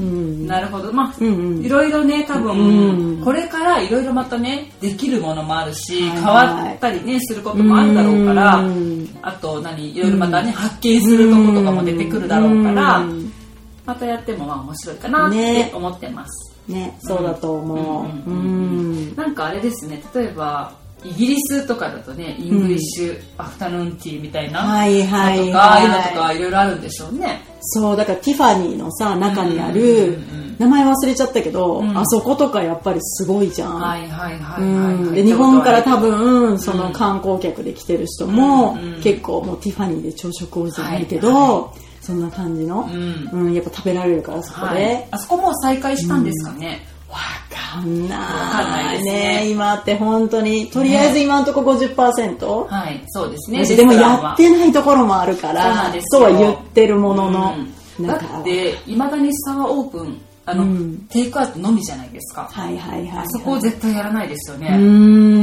[SPEAKER 1] うんん。なるほど。まあ、
[SPEAKER 2] うんうん
[SPEAKER 1] いろいろね、多
[SPEAKER 2] うん
[SPEAKER 1] 分、これからいろいろまたね、できるものもあるし、
[SPEAKER 2] はい
[SPEAKER 1] 変わったりね、することもあるだろうから
[SPEAKER 2] うん、
[SPEAKER 1] あと何、いろいろまたね、発見するとことかも出てくるだろうから、
[SPEAKER 2] うん
[SPEAKER 1] またやってもまあ面白いかなっ
[SPEAKER 2] ね
[SPEAKER 1] て思ってます、
[SPEAKER 2] ねそうだと思う、
[SPEAKER 1] う
[SPEAKER 2] うん
[SPEAKER 1] なんかあれですね例えばイギリスとかだとねイングリッシュアフタヌーンティーみたいな、
[SPEAKER 2] はいはいはい
[SPEAKER 1] とかああいうのとかいろいろあるんでしょうね
[SPEAKER 2] そうだからティファニーのさ中にある、
[SPEAKER 1] うんうんうん
[SPEAKER 2] 名前忘れちゃったけど、
[SPEAKER 1] ん
[SPEAKER 2] あそことかやっぱりすごいじゃん、
[SPEAKER 1] はいはいはいはい、
[SPEAKER 2] うん
[SPEAKER 1] はい
[SPEAKER 2] で日本から多分、そうの
[SPEAKER 1] ん
[SPEAKER 2] 観光客で来てる人も、
[SPEAKER 1] うんうん
[SPEAKER 2] 結構もうティファニーで朝食をじゃないけど、
[SPEAKER 1] はい
[SPEAKER 2] そんな感じの
[SPEAKER 1] う、ん
[SPEAKER 2] うんやっぱ食べられるからそこで、
[SPEAKER 1] はい、あそこもう再開したんですかね、
[SPEAKER 2] わかんない
[SPEAKER 1] わかんないですね
[SPEAKER 2] 今って本当にとりあえず今のとこ50%、
[SPEAKER 1] はいそうですね
[SPEAKER 2] ね、でも
[SPEAKER 1] レストラン
[SPEAKER 2] や
[SPEAKER 1] は
[SPEAKER 2] ってないところもあるか
[SPEAKER 1] そうな
[SPEAKER 2] ら
[SPEAKER 1] んです
[SPEAKER 2] そう
[SPEAKER 1] よ
[SPEAKER 2] は言ってるものの、
[SPEAKER 1] うんだ
[SPEAKER 2] なんか
[SPEAKER 1] っていまだにスターオープンあの、
[SPEAKER 2] うん
[SPEAKER 1] テイクアウトのみじゃないですか
[SPEAKER 2] はいはいはい、はい、
[SPEAKER 1] そこを絶対やらないですよね、
[SPEAKER 2] うー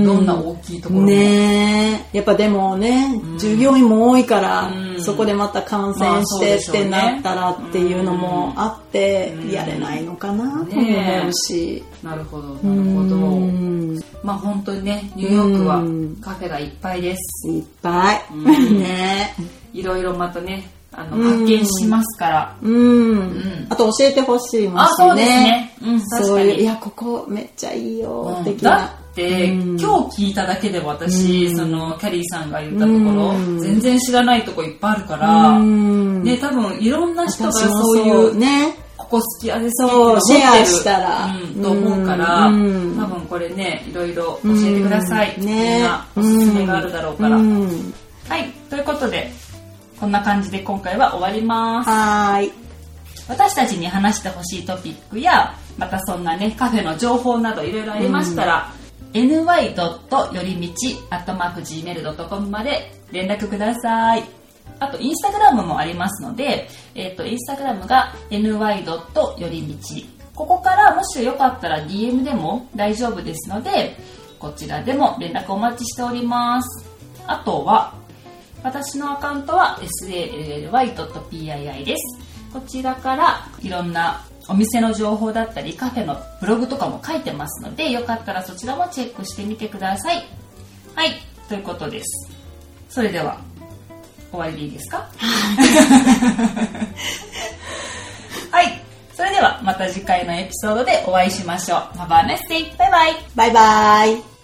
[SPEAKER 2] ん
[SPEAKER 1] どんな大きいところも、
[SPEAKER 2] ねえやっぱでもね、従業員も多いから、
[SPEAKER 1] うん
[SPEAKER 2] そこでまた感染してってなったらっていうのもあって、やれないのかなとも思うし、
[SPEAKER 1] なるほど
[SPEAKER 2] う
[SPEAKER 1] なるほど、
[SPEAKER 2] ん
[SPEAKER 1] まあ本当にね、ニューヨーク
[SPEAKER 2] うん
[SPEAKER 1] はカフェがいっぱいです。
[SPEAKER 2] いっぱい、
[SPEAKER 1] うん
[SPEAKER 2] <laughs> ねえ
[SPEAKER 1] いろいろまたね、あの、
[SPEAKER 2] う
[SPEAKER 1] 発
[SPEAKER 2] ん
[SPEAKER 1] 見しますから。
[SPEAKER 2] うん、
[SPEAKER 1] ん
[SPEAKER 2] あと教えてほしいもん
[SPEAKER 1] あ、そうですね。うん、確
[SPEAKER 2] そう
[SPEAKER 1] か
[SPEAKER 2] いうい
[SPEAKER 1] に。
[SPEAKER 2] やここめっちゃいいよ、
[SPEAKER 1] うん
[SPEAKER 2] 的
[SPEAKER 1] だ
[SPEAKER 2] な
[SPEAKER 1] って、
[SPEAKER 2] うん
[SPEAKER 1] 今日聞いただけで私、
[SPEAKER 2] うん
[SPEAKER 1] その、キャリーさんが言ったところ、
[SPEAKER 2] うん
[SPEAKER 1] 全然知らないとこいっぱいあるか
[SPEAKER 2] う
[SPEAKER 1] ら、
[SPEAKER 2] ん
[SPEAKER 1] ね、多分いろんな人が
[SPEAKER 2] 私も
[SPEAKER 1] そういう、
[SPEAKER 2] ね
[SPEAKER 1] ここ好き、あれ好きっていうのを
[SPEAKER 2] そう
[SPEAKER 1] 持っ
[SPEAKER 2] シ
[SPEAKER 1] て
[SPEAKER 2] ェ
[SPEAKER 1] る
[SPEAKER 2] アしたら、
[SPEAKER 1] うん、と思うから、
[SPEAKER 2] うん
[SPEAKER 1] 多分これね、いろいろ教えてください。
[SPEAKER 2] うん
[SPEAKER 1] みんなおすすめがあるだろうから。
[SPEAKER 2] ん
[SPEAKER 1] はい、ということで、こんな感じで今回は終わります。
[SPEAKER 2] はーい。
[SPEAKER 1] 私たちに話してほしいトピックや、またそんなね、カフェの情報などいろいろありましたら、ny. よりみち .gmail.com まで連絡ください。あと、インスタグラムもありますので、えっ、と、インスタグラムが ny. より道。ここからもしよかったら DM でも大丈夫ですので、こちらでも連絡お待ちしております。あとは、私のアカウントは sally.pii です。こちらからいろんなお店の情報だったりカフェのブログとかも書いてますのでよかったらそちらもチェックしてみてください。はい、ということです。それでは終わりでいいですかはい、それではまた次回のエピソードでお会いしましょう。Have a nice day! バイバイ
[SPEAKER 2] バイバイ